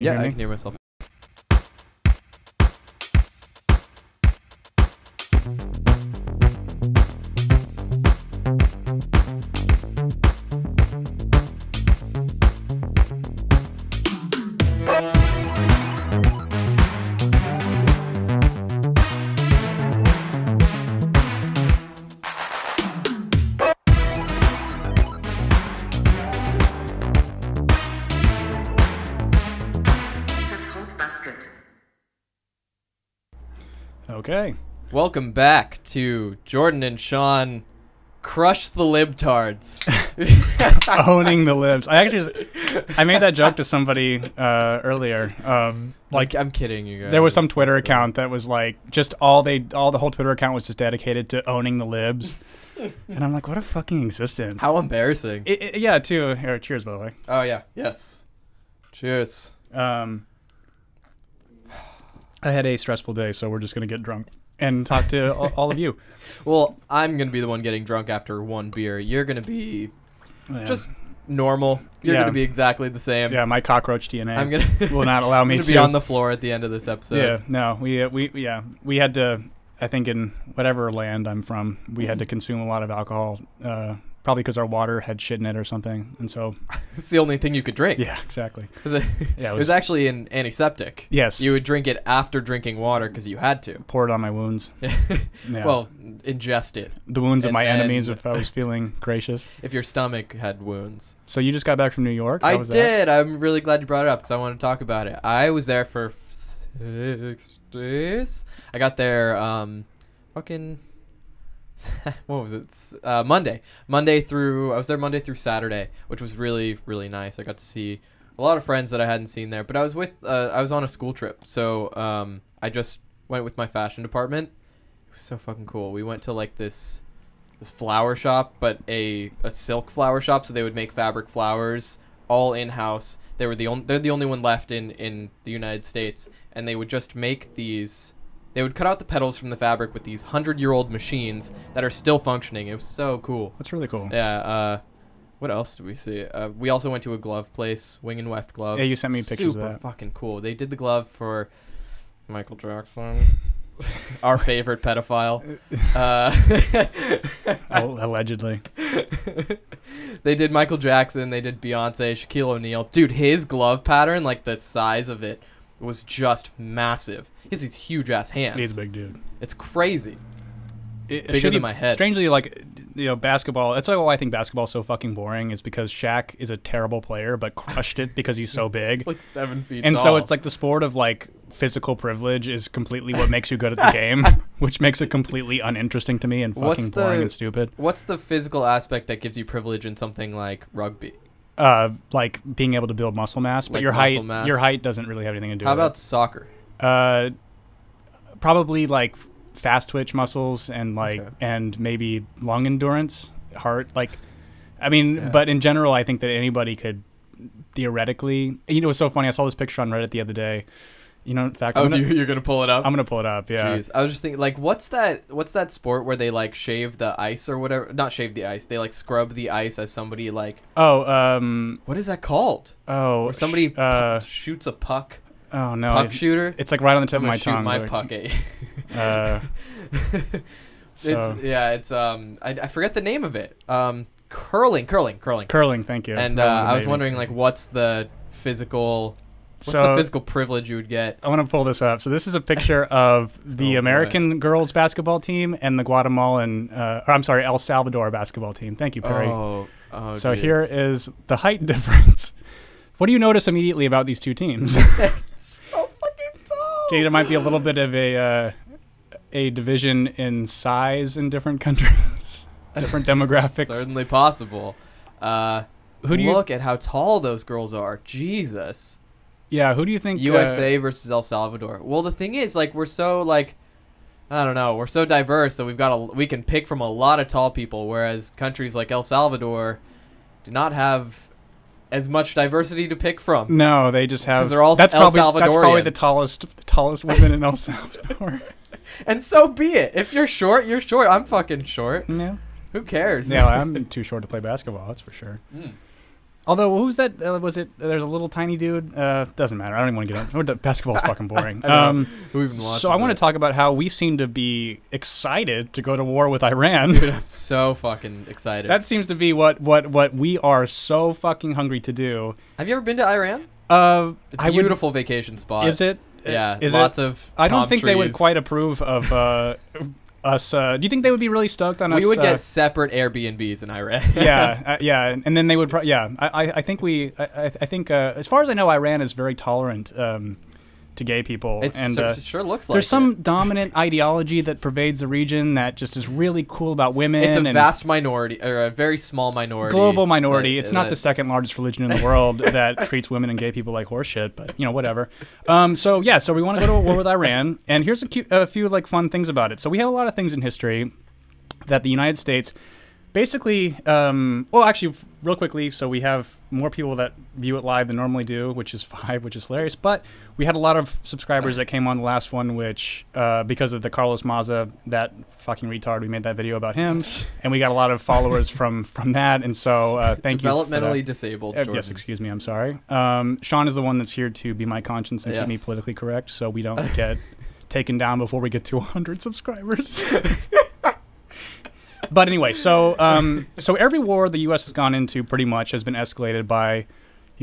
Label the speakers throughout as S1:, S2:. S1: You
S2: Yeah,
S1: hear
S2: I
S1: me?
S2: can hear myself.
S3: Peter Fruit Basket.
S1: Okay.
S2: Welcome back to Jordan and Sean Crush the Libtards.
S1: Owning the libs. I actually, I made that joke to somebody uh, earlier. Um, like,
S2: I'm kidding you guys.
S1: there was some Twitter
S2: It's, uh,
S1: account that was like, just all they, all the whole Twitter account was just dedicated to owning the libs. and I'm like, what a fucking existence.
S2: How embarrassing.
S1: It, it- yeah, too. Here, cheers, by the way.
S2: oh, yeah. Yes. Cheers.
S1: Um, I had a stressful day, so we're just gonna get drunk and talk to all, all of you.
S2: Well, I'm going to be the one getting drunk after one beer. You're going to be
S1: Yeah.
S2: just normal. You're
S1: Yeah.
S2: going to be exactly the same.
S1: yeah, my cockroach DNA.
S2: I'm going to
S1: will not allow me
S2: be on the floor at the end of this episode.
S1: Yeah, no, we uh, we yeah we had to. I think in whatever land I'm from, we had to
S2: Mm-hmm.
S1: consume a lot of alcohol, uh, probably because our water had shit in it or something. And so,
S2: It's the only thing you could drink.
S1: yeah, exactly.
S2: 'Cause It, it
S1: Yeah, it was-
S2: was actually an antiseptic.
S1: Yes,
S2: You would drink it after drinking water because you had to.
S1: pour it on my wounds. Yeah.
S2: Well, ingest it
S1: the wounds of
S2: and
S1: my enemies,
S2: then-
S1: if I was feeling gracious.
S2: if your stomach had wounds.
S1: So you just got back from New York. How
S2: I
S1: was that?
S2: did. I'm really glad you brought it up because I want to talk about it. I was there for six days. I got there, um, fucking, what was it? S- Uh, Monday. Monday through, I was there Monday through Saturday, which was really, really nice. I got to see a lot of friends that I hadn't seen there, but I was with, uh, I was on a school trip. So, um, I just went with my fashion department. It was so fucking cool. We went to like this, this flower shop, but a, a silk flower shop. So they would make fabric flowers all in house. They were the only they're the only one left in in the United States, and they would just make these. They would cut out the petals from the fabric with these hundred year old machines that are still functioning. It was so cool.
S1: That's really cool.
S2: Yeah. Uh, what else did we see? Uh, we also went to a glove place, Wing and Weft gloves.
S1: Yeah, you sent me pictures of
S2: Super
S1: that.
S2: fucking cool. They did the glove for Michael Jackson, our favorite pedophile. Uh,
S1: Al- Allegedly,
S2: they did Michael Jackson, they did Beyonce, Shaquille O'Neal. Dude, his glove pattern, like the size of it, was just massive. He has these huge ass hands.
S1: he's a big dude.
S2: It's crazy.
S1: It-
S2: bigger
S1: should
S2: than
S1: you-
S2: my head.
S1: Strangely, like you know, basketball. That's like why I think basketball's so fucking boring is because Shaq is a terrible player, but crushed it because he's so big.
S2: It's like seven feet
S1: and
S2: tall.
S1: so it's like the sport of like physical privilege is completely what makes you good at the game, which makes it completely uninteresting to me and fucking
S2: What's
S1: boring
S2: the-
S1: and stupid.
S2: What's the physical aspect that gives you privilege in something like rugby?
S1: Uh, like being able to build muscle mass, but
S2: Like
S1: your height,
S2: muscle mass.
S1: your height doesn't really have anything to do.
S2: How
S1: with
S2: about soccer?
S1: it. uh, probably like fast twitch muscles and like
S2: Okay.
S1: and maybe lung endurance, heart. Like, I mean,
S2: Yeah.
S1: but in general, I think that anybody could theoretically. You know, it's so funny. I saw this picture on Reddit the other day. You know, in fact,
S2: Oh,
S1: I'm, gonna,
S2: do you, you're gonna pull it up?
S1: I'm gonna pull it up. Yeah.
S2: Jeez. I was just thinking, like, what's that? What's that sport where they like shave the ice or whatever? Not shave the ice. They like scrub the ice as somebody like.
S1: Oh, um,
S2: What is that called?
S1: oh,
S2: Or
S1: sh-
S2: somebody pu-
S1: uh,
S2: shoots a puck,
S1: oh no,
S2: puck
S1: it-
S2: shooter.
S1: it's like right on the tip
S2: I'm
S1: of
S2: gonna
S1: my
S2: shoot
S1: tongue.
S2: my
S1: like-
S2: puck at you.
S1: Uh, so-
S2: It's yeah, it's um, I, I forget the name of it. Um, curling, curling, curling.
S1: curling. Thank you.
S2: and uh,
S1: That
S2: I was
S1: amazing.
S2: wondering like, what's the physical, what's
S1: So- Oh,
S2: the physical privilege you would get?
S1: I want to pull this up. So this is a picture of
S2: Oh,
S1: the
S2: boy.
S1: American girls basketball team and the Guatemalan, uh, or I'm sorry, El Salvador basketball team. Thank you, Perry.
S2: Oh, oh,
S1: so
S2: geez.
S1: here is the height difference. What do you notice immediately about these two teams?
S2: It's so fucking tall.
S1: Jada might be a little bit of a uh, a division in size in different countries, different demographics.
S2: Certainly possible. Uh,
S1: Who do you-
S2: look at how tall those girls are? Jesus.
S1: Yeah, who do you think uh,
S2: USA versus El Salvador. Well, the thing is, like, we're so like, I don't know, we're so diverse that we've got a we can pick from a lot of tall people, whereas countries like El Salvador do not have as much diversity to pick from.
S1: No, they just have.
S2: 'Cause they're all
S1: that's
S2: El
S1: probably, That's probably
S2: Salvadorian.
S1: the tallest, the tallest women in El Salvador.
S2: And so be it. If you're short, you're short. I'm fucking short.
S1: no,
S2: Who cares?
S1: no, I'm too short to play basketball. That's for sure.
S2: Mm.
S1: Although who's that? Uh, was it? There's a little tiny dude. Uh, doesn't matter. I don't even want to get into basketball's fucking boring.
S2: I know.
S1: um,
S2: Who even watches
S1: so I want
S2: it?
S1: to talk about how we seem to be excited to go to war with Iran.
S2: I'm so fucking excited.
S1: that seems to be what what what we are so fucking hungry to do.
S2: Have you ever been to Iran?
S1: Uh, I
S2: A
S1: would-
S2: beautiful vacation spot.
S1: Is it?
S2: Yeah,
S1: Is
S2: lots
S1: it?
S2: of.
S1: I don't
S2: palm
S1: think they would
S2: trees.
S1: quite approve of uh, us. Uh, do you think they would be really stoked on us?
S2: We would
S1: uh,
S2: get separate Airbnbs in Iran.
S1: yeah, uh, yeah, and then they would. Pro- yeah, I, I, I think we. I, I- I think uh, as far as I know, Iran is very tolerant um, to gay people.
S2: It's-
S1: and
S2: so-
S1: uh,
S2: it sure looks like
S1: there's some
S2: it.
S1: dominant ideology that pervades the region that just is really cool about women.
S2: It's a
S1: and
S2: vast minority or a very small minority.
S1: global minority.
S2: that-
S1: it's not
S2: that-
S1: the second largest religion in the world that treats women and gay people like horseshit, but you know whatever. Um, so yeah, so we want to go to a war with Iran, and here's a, cu- a few like fun things about it. So we have a lot of things in history that the United States basically. Um, well, actually, f- real quickly, so we have more people that view it live than normally do, which is five, which is hilarious. But we had a lot of subscribers that came on the last one, which uh, because of the Carlos Maza, that fucking retard, we made that video about him, and we got a lot of followers from from that. And so uh, thank you. for that.
S2: developmentally disabled.
S1: Uh,
S2: Jordan.
S1: yes, excuse me. I'm sorry. Um, Sean is the one that's here to be my conscience and keep me
S2: Yes.
S1: politically correct, so we don't get taken down before we get to 100 subscribers. but anyway, so um, so every war the U.S. has gone into pretty much has been escalated by you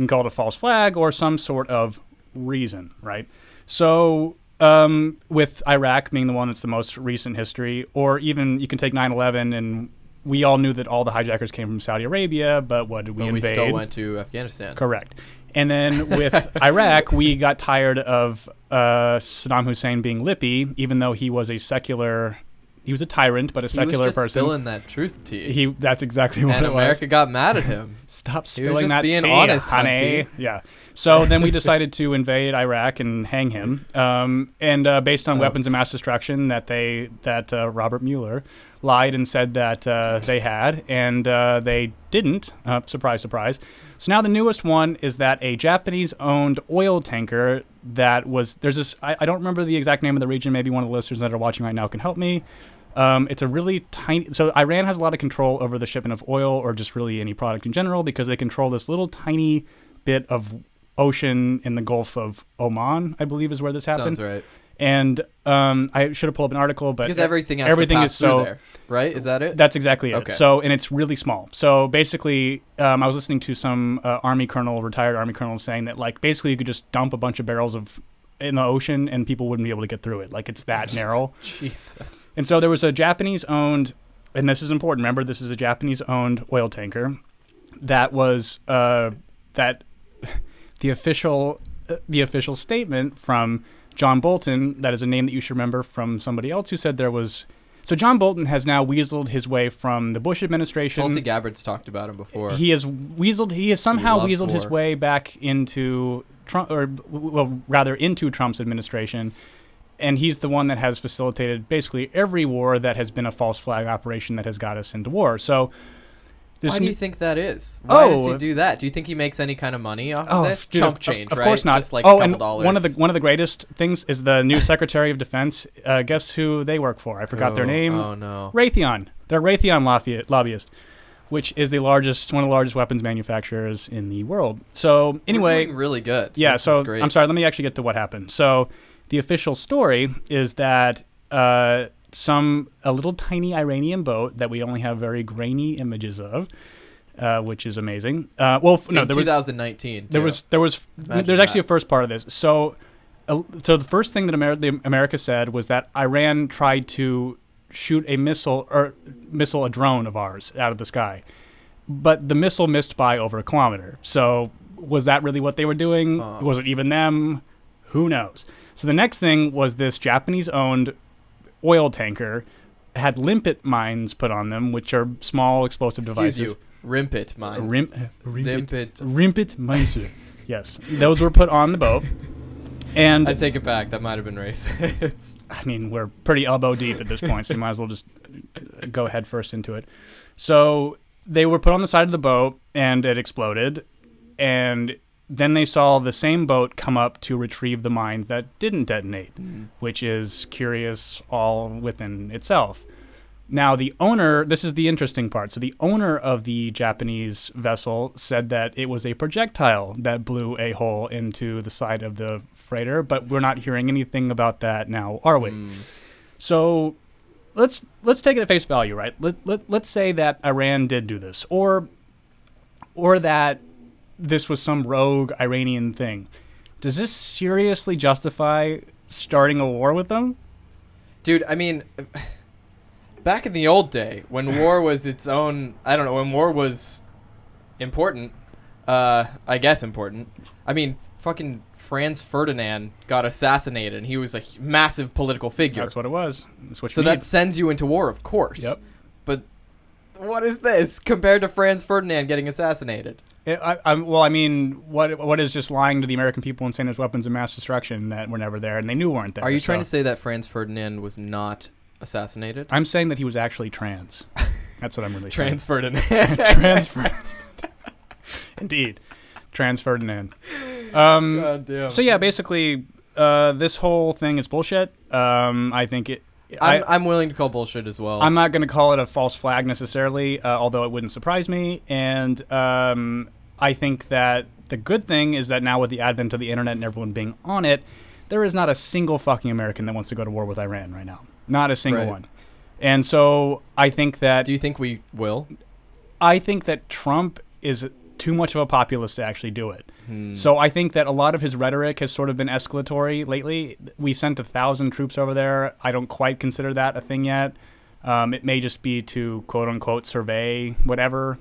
S1: can call it a false flag or some sort of reason, right? So um, with Iraq being the one that's the most recent history, or even you can take 9/11 and we all knew that all the hijackers came from Saudi Arabia, but what did we
S2: But we
S1: invade?
S2: still went to Afghanistan.
S1: Correct. And then with Iraq, we got tired of uh, Saddam Hussein being lippy, even though he was a secular, he was a tyrant, but
S2: He
S1: a
S2: was
S1: secular
S2: just
S1: person.
S2: spilling that truth tea.
S1: he that's exactly what
S2: and
S1: it was.
S2: America got mad at him.
S1: Stop
S2: He was
S1: spilling
S2: just
S1: that
S2: being
S1: tea,
S2: honest,
S1: honey.
S2: hunty.
S1: Yeah. So then we decided to invade Iraq and hang him. Um, and uh, based on weapons of mass destruction that they that uh, Robert Mueller lied and said that uh, they had, and uh, they didn't. Uh, surprise, surprise. So now the newest one is that a Japanese-owned oil tanker that was there's this I, I don't remember the exact name of the region. Maybe one of the listeners that are watching right now can help me. Um, it's a really tiny. So Iran has a lot of control over the shipment of oil or just really any product in general because they control this little tiny bit of ocean in the Gulf of Oman, I believe is where this happened.
S2: Sounds right.
S1: And um, I should have pulled up an article, but
S2: Because everything has
S1: everything
S2: to pass
S1: is
S2: through
S1: so
S2: there, right? Is that it?
S1: that's exactly it.
S2: Okay.
S1: So, and it's really small. So basically, um, I was listening to some uh, army colonel, retired army colonel, saying that like basically you could just dump a bunch of barrels of in the ocean and people wouldn't be able to get through it. Like it's that narrow.
S2: Jesus.
S1: And so there was a Japanese owned, and this is important. Remember, this is a Japanese owned oil tanker that was uh, that the official uh, the official statement from John Bolton. That is a name that you should remember from somebody else who said there was. So John Bolton has now weaseled his way from the Bush administration.
S2: Tulsi Gabbard's talked about him before.
S1: He has weaseled. He has somehow
S2: loves
S1: weaseled his
S2: war.
S1: way back into Trump, or well, rather into Trump's administration, and he's the one that has facilitated basically every war that has been a false flag operation that has got us into war. So, this
S2: Why do
S1: n-
S2: you think that is? Why does he
S1: Oh.
S2: do that? Do you think he makes any kind of money off
S1: Oh,
S2: of this?
S1: dude,
S2: Chump
S1: of-
S2: change,
S1: of
S2: right?
S1: course not.
S2: Just like
S1: oh,
S2: a couple
S1: and
S2: dollars.
S1: one of the one of the greatest things is the new Secretary of Defense. Uh, guess who they work for? I forgot their
S2: Oh,
S1: name.
S2: Oh no.
S1: Raytheon. They're Raytheon lobby- lobbyist, which is the largest one of the largest weapons manufacturers in the world. So
S2: We're
S1: anyway,
S2: doing really good.
S1: yeah,
S2: This is
S1: so
S2: great.
S1: I'm sorry. Let me actually get to what happened. So the official story is that uh, some a little tiny Iranian boat that we only have very grainy images of, uh, which is amazing. Uh, well, f- no,
S2: In
S1: there was
S2: 2019.
S1: there
S2: too.
S1: was there was
S2: Imagine
S1: there's actually
S2: that.
S1: a first part of this. So, uh, so the first thing that Amer- the America said was that Iran tried to shoot a missile or missile a drone of ours out of the sky, but the missile missed by over a kilometer. So, was that really what they were doing?
S2: Huh.
S1: Was it even them? Who knows? So the next thing was this Japanese-owned oil tanker had limpet mines put on them, which are small explosive
S2: Excuse
S1: devices.
S2: you. Rimpet mines.
S1: Rim- rimpet
S2: Rimpet.
S1: Rimpet Meiser. yes, those were put on the boat. And
S2: I take it back. That might have been racist.
S1: I mean, we're pretty elbow deep at this point, so you might as well just uh, go head first into it. So they were put on the side of the boat, and it exploded. And then they saw the same boat come up to retrieve the mines that didn't detonate, which is curious all within itself. Now, the owner, this is the interesting part. So, the owner of the Japanese vessel said that it was a projectile that blew a hole into the side of the freighter, but we're not hearing anything about that now, are we? So, let's let's take it at face value, right? Let, let let's say that Iran did do this, or or that this was some rogue Iranian thing. Does this seriously justify starting a war with them?
S2: Dude, I mean, back in the old day, when war was its own, I don't know, when war was important, uh, I guess important. I mean, fucking Franz Ferdinand got assassinated, and he was a h- massive political figure.
S1: That's what it was. That's what you
S2: so
S1: need.
S2: that sends you into war, of course.
S1: Yep.
S2: But what is this compared to Franz Ferdinand getting assassinated?
S1: It, I, I, well, I mean, what what is just lying to the American people and saying there's weapons of mass destruction that were never there and they knew weren't there?
S2: Are you trying
S1: so-
S2: to say that Franz Ferdinand was not assassinated?
S1: I'm saying that he was actually trans. That's what I'm really
S2: Trans
S1: saying.
S2: Ferdinand.
S1: Transferred. Indeed, trans Ferdinand. Um,
S2: God damn.
S1: so yeah, basically, uh, this whole thing is bullshit. Um, I think it. I-
S2: I'm, I'm willing to call bullshit as well.
S1: I'm not going to call it a false flag necessarily, uh, although it wouldn't surprise me. And um, I think that the good thing is that now with the advent of the internet and everyone being on it, there is not a single fucking American that wants to go to war with Iran right now. Not a single
S2: Right.
S1: one. And so I think that
S2: Do you think we will?
S1: I think that Trump is too much of a populist to actually do it. So I think that a lot of his rhetoric has sort of been escalatory lately. We sent a thousand troops over there. I don't quite consider that a thing yet. Um, it may just be to quote unquote survey whatever,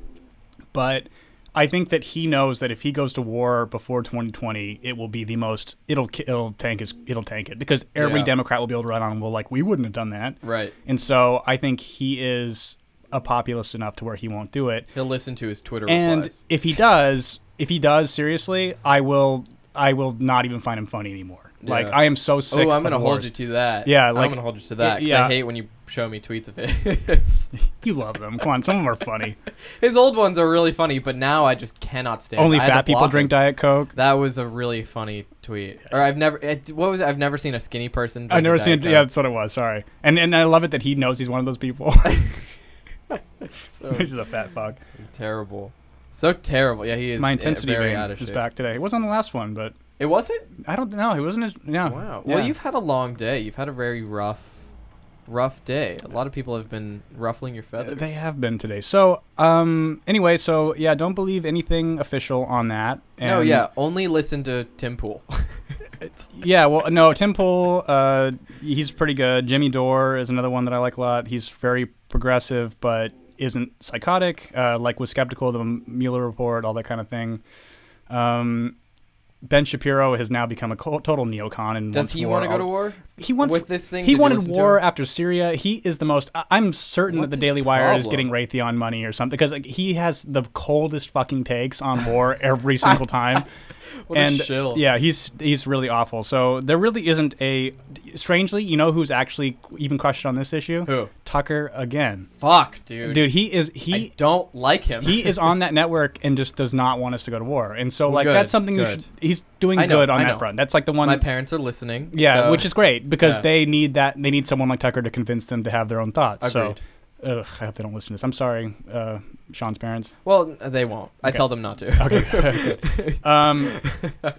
S1: but I think that he knows that if he goes to war before 2020, it will be the most. It'll ki- it'll tank his it'll tank it because every
S2: Yeah.
S1: Democrat will be able to run on. Well, like we wouldn't have done that,
S2: Right.
S1: and so I think he is a populist enough to where he won't do it.
S2: He'll listen to his Twitter
S1: And
S2: replies.
S1: if he does, if he does seriously, I will I will not even find him funny anymore. Like
S2: Yeah.
S1: I am so sick.
S2: Oh, I'm
S1: going
S2: gonna hold you to that.
S1: Yeah,
S2: I'm
S1: like-
S2: gonna hold you to that. 'cause
S1: yeah.
S2: I hate when you show me tweets of his.
S1: You love them. Come on, some of them are funny.
S2: his old ones are really funny, but now I just cannot stand. it.
S1: Only
S2: I had to
S1: fat people
S2: block
S1: drink
S2: him.
S1: Diet Coke.
S2: That was a really funny tweet. Or I've never. It, what was it? I've never seen a skinny person.
S1: I've
S2: drink a
S1: never seen.
S2: Diet
S1: Yeah,
S2: Coke.
S1: that's what it was. Sorry. And and I love it that he knows he's one of those people. He's
S2: So
S1: just a fat fuck.
S2: terrible. So terrible. Yeah, he is.
S1: My
S2: uh,
S1: intensity
S2: very
S1: vein
S2: out of
S1: is
S2: shape.
S1: back today. It wasn't the last one, but
S2: It wasn't.
S1: I don't know. It wasn't as yeah.
S2: Wow.
S1: Yeah.
S2: Well, you've had a long day. You've had a very rough, rough day. A lot of people have been ruffling your feathers.
S1: They have been today. So, um, anyway, so yeah, don't believe anything official on that. And
S2: no, Oh, yeah. Only listen to Tim Pool.
S1: yeah. Well, no, Tim Pool, uh, he's pretty good. Jimmy Dore is another one that I like a lot. He's very progressive, but isn't psychotic. Uh, like was skeptical of the Mueller report, all that kind of thing. Um, ben Shapiro has now become a co- total neocon, and
S2: Does
S1: wants
S2: he
S1: want
S2: to go to war
S1: He wants
S2: with this thing?
S1: he
S2: Did you
S1: wanted
S2: listen to
S1: war
S2: him?
S1: after Syria. He is the most. I- I'm certain
S2: What's
S1: that the
S2: his
S1: Daily Wire is
S2: problem?
S1: getting Raytheon money or something because like, he has the coldest fucking takes on war every single time.
S2: What a
S1: and
S2: shill.
S1: yeah, he's he's really awful. So there really isn't a. Strangely, you know who's actually even questioned on this issue?
S2: Who?
S1: Tucker again,
S2: Fuck, dude.
S1: dude. He is he
S2: I don't like him.
S1: he is on that network and just does not want us to go to war. And so like
S2: Good,
S1: that's something you
S2: good.
S1: should. He's doing
S2: I know,
S1: good on
S2: I
S1: that
S2: know.
S1: front. That's like the one.
S2: My parents are listening.
S1: Yeah,
S2: so-
S1: which is great because
S2: yeah.
S1: they need that. They need someone like Tucker to convince them to have their own thoughts.
S2: Agreed.
S1: So, ugh, I hope they don't listen to this. I'm sorry, uh, Sean's parents.
S2: well, they won't. I
S1: Okay.
S2: tell them not to.
S1: Okay. um,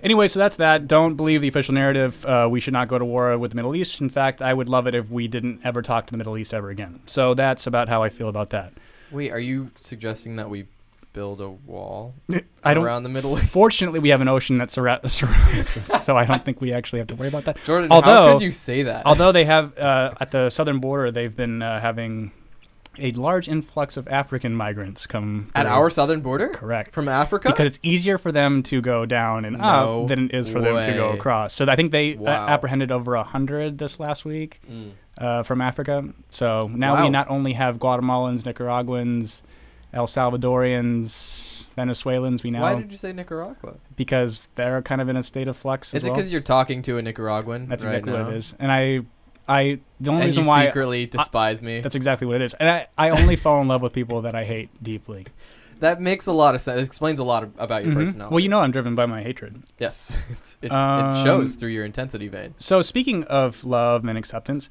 S1: anyway, so that's that. Don't believe the official narrative. Uh, we should not go to war with the Middle East. In fact, I would love it if we didn't ever talk to the Middle East ever again. So that's about how I feel about that.
S2: Wait, are you suggesting that we build a wall
S1: I don't.
S2: around the Middle? East?
S1: Fortunately, we have an ocean that surra- surrounds us, so I don't think we actually have to worry about that.
S2: Jordan, how
S1: Although-
S2: could you say that?
S1: Although they have uh, at the southern border, they've been uh, having a large influx of African migrants come
S2: At
S1: through.
S2: our southern border?
S1: correct
S2: From Africa?
S1: because it's easier for them to go down and
S2: No
S1: up than it is for them to go
S2: way.
S1: across. So I think they uh,
S2: Wow.
S1: apprehended over a hundred this last week
S2: Mm.
S1: uh, from Africa. So now
S2: Wow.
S1: we not only have Guatemalans, Nicaraguans, El Salvadorans, Venezuelans. We now
S2: Why did you say Nicaragua?
S1: because they're kind of in a state of flux. As
S2: Is it
S1: well.
S2: because you're talking to a Nicaraguan?
S1: That's
S2: right
S1: exactly
S2: now?
S1: what it is. And I, I the only
S2: And
S1: reason
S2: you
S1: why
S2: secretly despise me.
S1: That's exactly what it is. And I, I only fall in love with people that I hate deeply.
S2: That makes a lot of sense. It explains a lot of, about your
S1: Mhm.
S2: personality.
S1: Well, you know I'm driven by my hatred.
S2: yes, it's, it's it
S1: Um,
S2: shows through your intensity vein.
S1: So speaking of love and acceptance,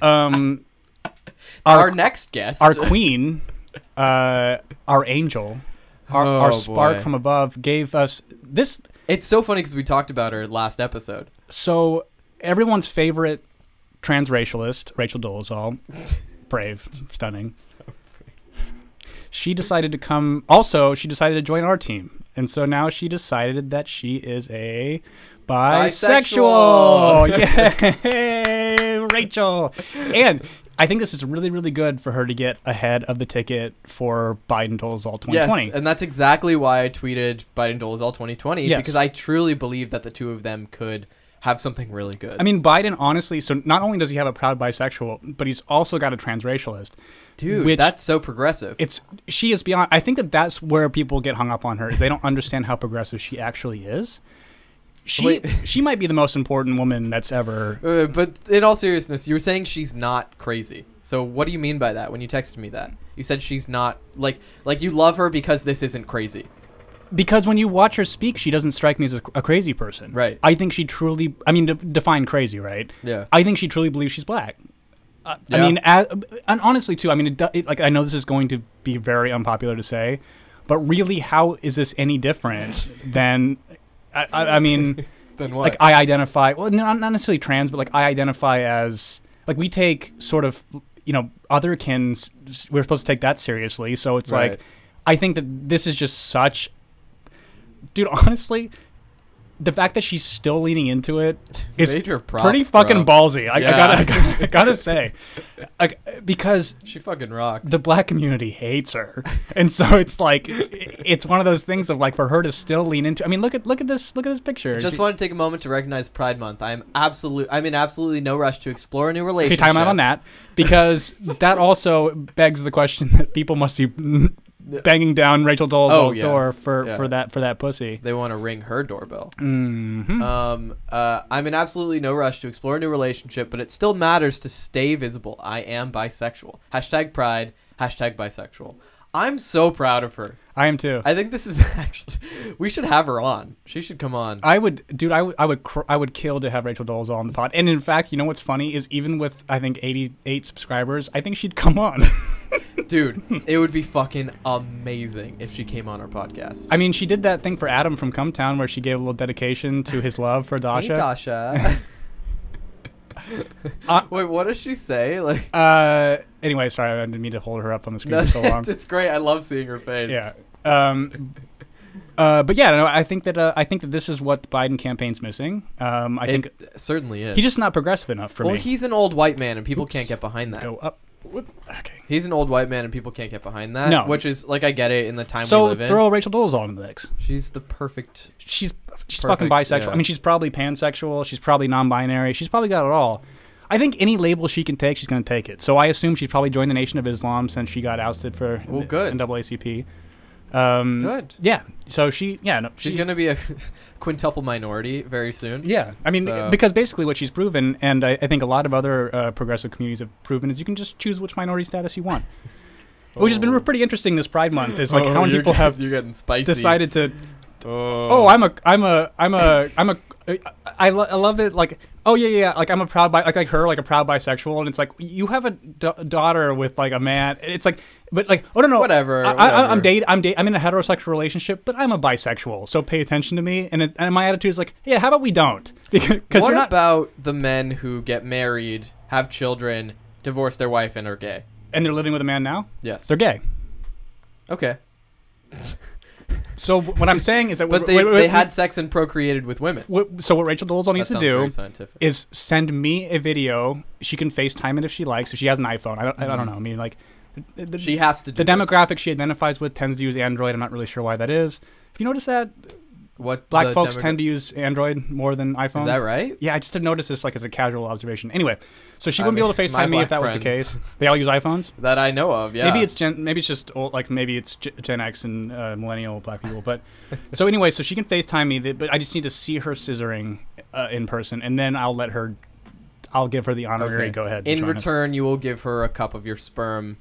S1: um,
S2: Our,
S1: Our
S2: next guest.
S1: our queen, uh, our angel, our, our
S2: Oh,
S1: spark
S2: boy.
S1: from above gave us this.
S2: It's so funny because we talked about her last episode.
S1: So everyone's favorite transracialist, Rachel Dolezal, brave, stunning. She decided to come. Also, she decided to join our team, and so now she decided that she is a bisexual. Yay, Rachel! And I think this is really, really good for her to get ahead of the ticket for Biden Dolezal 2020.
S2: Yes, and that's exactly why I tweeted Biden Dolezal 2020
S1: Yes.
S2: because I truly believe that the two of them could have something really good.
S1: I mean, Biden honestly. So not only does he have a proud bisexual, but he's also got a transracialist.
S2: dude,
S1: which-
S2: that's so progressive.
S1: It's she is beyond. I think that that's where people get hung up on her is they don't understand how progressive she actually is. She
S2: Wait.
S1: she might be the most important woman that's ever.
S2: Uh, but in all seriousness, you were saying she's not crazy. So what do you mean by that when you texted me that? You said she's not like like you love her because this isn't crazy.
S1: Because when you watch her speak, she doesn't strike me as a, a crazy person.
S2: Right.
S1: I think she truly. I mean, de- define crazy, right?
S2: Yeah.
S1: I think she truly believes she's black. Uh, I
S2: Yeah.
S1: mean, a and honestly, too. I mean, it, do- it, like I know this is going to be very unpopular to say, but really, how is this any different than? I, I, I mean,
S2: Then
S1: like I identify. Well, no, not necessarily trans, but like I identify as like we take sort of you know other kins. We're supposed to take that seriously, so it's
S2: Right.
S1: like I think that this is just such. Dude, honestly, the fact that she's still leaning into it is
S2: Major props,
S1: pretty fucking
S2: bro.
S1: ballsy. I, I gotta, I gotta, I gotta say, like, because
S2: She fucking rocks.
S1: the black community hates her, and so it's like it's one of those things of like for her to still lean into. I mean, look at look at this look at this picture.
S2: Just
S1: She-
S2: want to take a moment to recognize Pride Month. I'm absolute. I'm in absolutely no rush to explore a new
S1: Okay,
S2: relationship.
S1: time out on that because that also begs the question that people must be banging down Rachel Dolezal's
S2: Oh,
S1: door
S2: yes.
S1: for,
S2: Yeah.
S1: for that for that pussy.
S2: They want to ring her doorbell.
S1: hmm
S2: Um, uh, I'm in absolutely no rush to explore a new relationship, but it still matters to stay visible. I am bisexual. Hashtag pride. Hashtag bisexual. I'm so proud of her.
S1: I am too. I,
S2: I think this is actually. We should have her on. She should come on.
S1: would, dude. I would, I would, cr- I would kill to have Rachel Dolezal on the pod. And in fact, you know what's funny is even with I think 88 subscribers, I think she'd come on.
S2: Dude, it would be fucking amazing if she came on our podcast.
S1: I mean, she did that thing for Adam from Cumtown where she gave a little dedication to his love for Dasha.
S2: Hey, Dasha.
S1: Uh,
S2: Wait, what does she say? Like,
S1: uh, anyway, sorry, I didn't mean to hold her up on the screen
S2: no,
S1: for so long.
S2: it's, it's great. I love seeing her face.
S1: yeah. Um, uh, but yeah, no, I think that uh, I think that this is what the Biden campaign's missing. Um, I think
S2: It certainly is.
S1: he's just not progressive enough for
S2: well,
S1: me.
S2: he's an old white man, and people
S1: Oops.
S2: can't get behind that.
S1: Go up. Whoop. Okay.
S2: He's an old white man, and people can't get behind that.
S1: No.
S2: which is like I get it in the time we
S1: So
S2: live in.
S1: throw Rachel Dolezal in the mix.
S2: She's the perfect.
S1: She's she's
S2: Perfect,
S1: fucking bisexual.
S2: yeah.
S1: I mean, she's probably pansexual. She's probably non-binary. She's probably got it all. I think any label she can take, she's going to take it. So I assume she's probably joined the Nation of Islam since she got ousted for
S2: Well,
S1: the
S2: good.
S1: NAACP. Um,
S2: Good.
S1: Yeah. So she, yeah, no,
S2: She's gonna be a quintuple minority very soon.
S1: Yeah, I mean,
S2: So-
S1: because basically what she's proven, and I, I think a lot of other uh, progressive communities have proven, is you can just choose which minority status you want, which has been
S2: Oh.
S1: re- pretty interesting this Pride Month. Is like
S2: Oh,
S1: how many
S2: you're
S1: people
S2: get-
S1: have
S2: you're getting spicy.
S1: decided to,
S2: Oh,
S1: oh, I'm a, I'm a, I'm a, I'm a, I, lo- I love it. Like, oh yeah, yeah, yeah, like I'm a proud bi, like like her, like a proud bisexual, and it's like you have a da- daughter with like a man. and It's like, but like, oh no, no,
S2: Whatever,
S1: I, I,
S2: whatever.
S1: I'm date, I'm date, I'm in a heterosexual relationship, but I'm a bisexual, so pay attention to me. And it, and my attitude is like, yeah, how about we don't? Because
S2: What
S1: you're not,
S2: about the men who get married, have children, divorce their wife, and are gay?
S1: and they're living with a man now,
S2: Yes.
S1: they're gay.
S2: Okay.
S1: So wh- what I'm saying is that
S2: But
S1: wh-
S2: they,
S1: wh- wh-
S2: they had sex and procreated with women.
S1: wh- so what Rachel Dolezal
S2: That
S1: needs to
S2: sounds
S1: do
S2: very scientific.
S1: is send me a video. She can FaceTime it if she likes. If she has an iPhone, I don't, I don't know. I mean, like the, the,
S2: Mm-hmm. she has to do
S1: the
S2: this.
S1: demographic she identifies with tends to use Android. I'm not really sure why that is. If you notice that
S2: What
S1: black
S2: the
S1: folks
S2: demogra-
S1: tend to use Android more than iPhone.
S2: Is that right?
S1: Yeah, I just did notice this like as a casual observation. Anyway, so she
S2: I
S1: wouldn't
S2: mean,
S1: be able to
S2: my
S1: FaceTime me if
S2: black
S1: that was the
S2: friends.
S1: case. They all use iPhones.
S2: That I know of. Yeah.
S1: Maybe it's Gen. Maybe it's just old, like maybe it's G- Gen X and uh, millennial black people. But so anyway, so she can Facetime me, th- but I just need to see her scissoring uh, in person, and then I'll let her. I'll give her the honorary go ahead. to
S2: In
S1: join us.
S2: return, you will give her a cup of your sperm.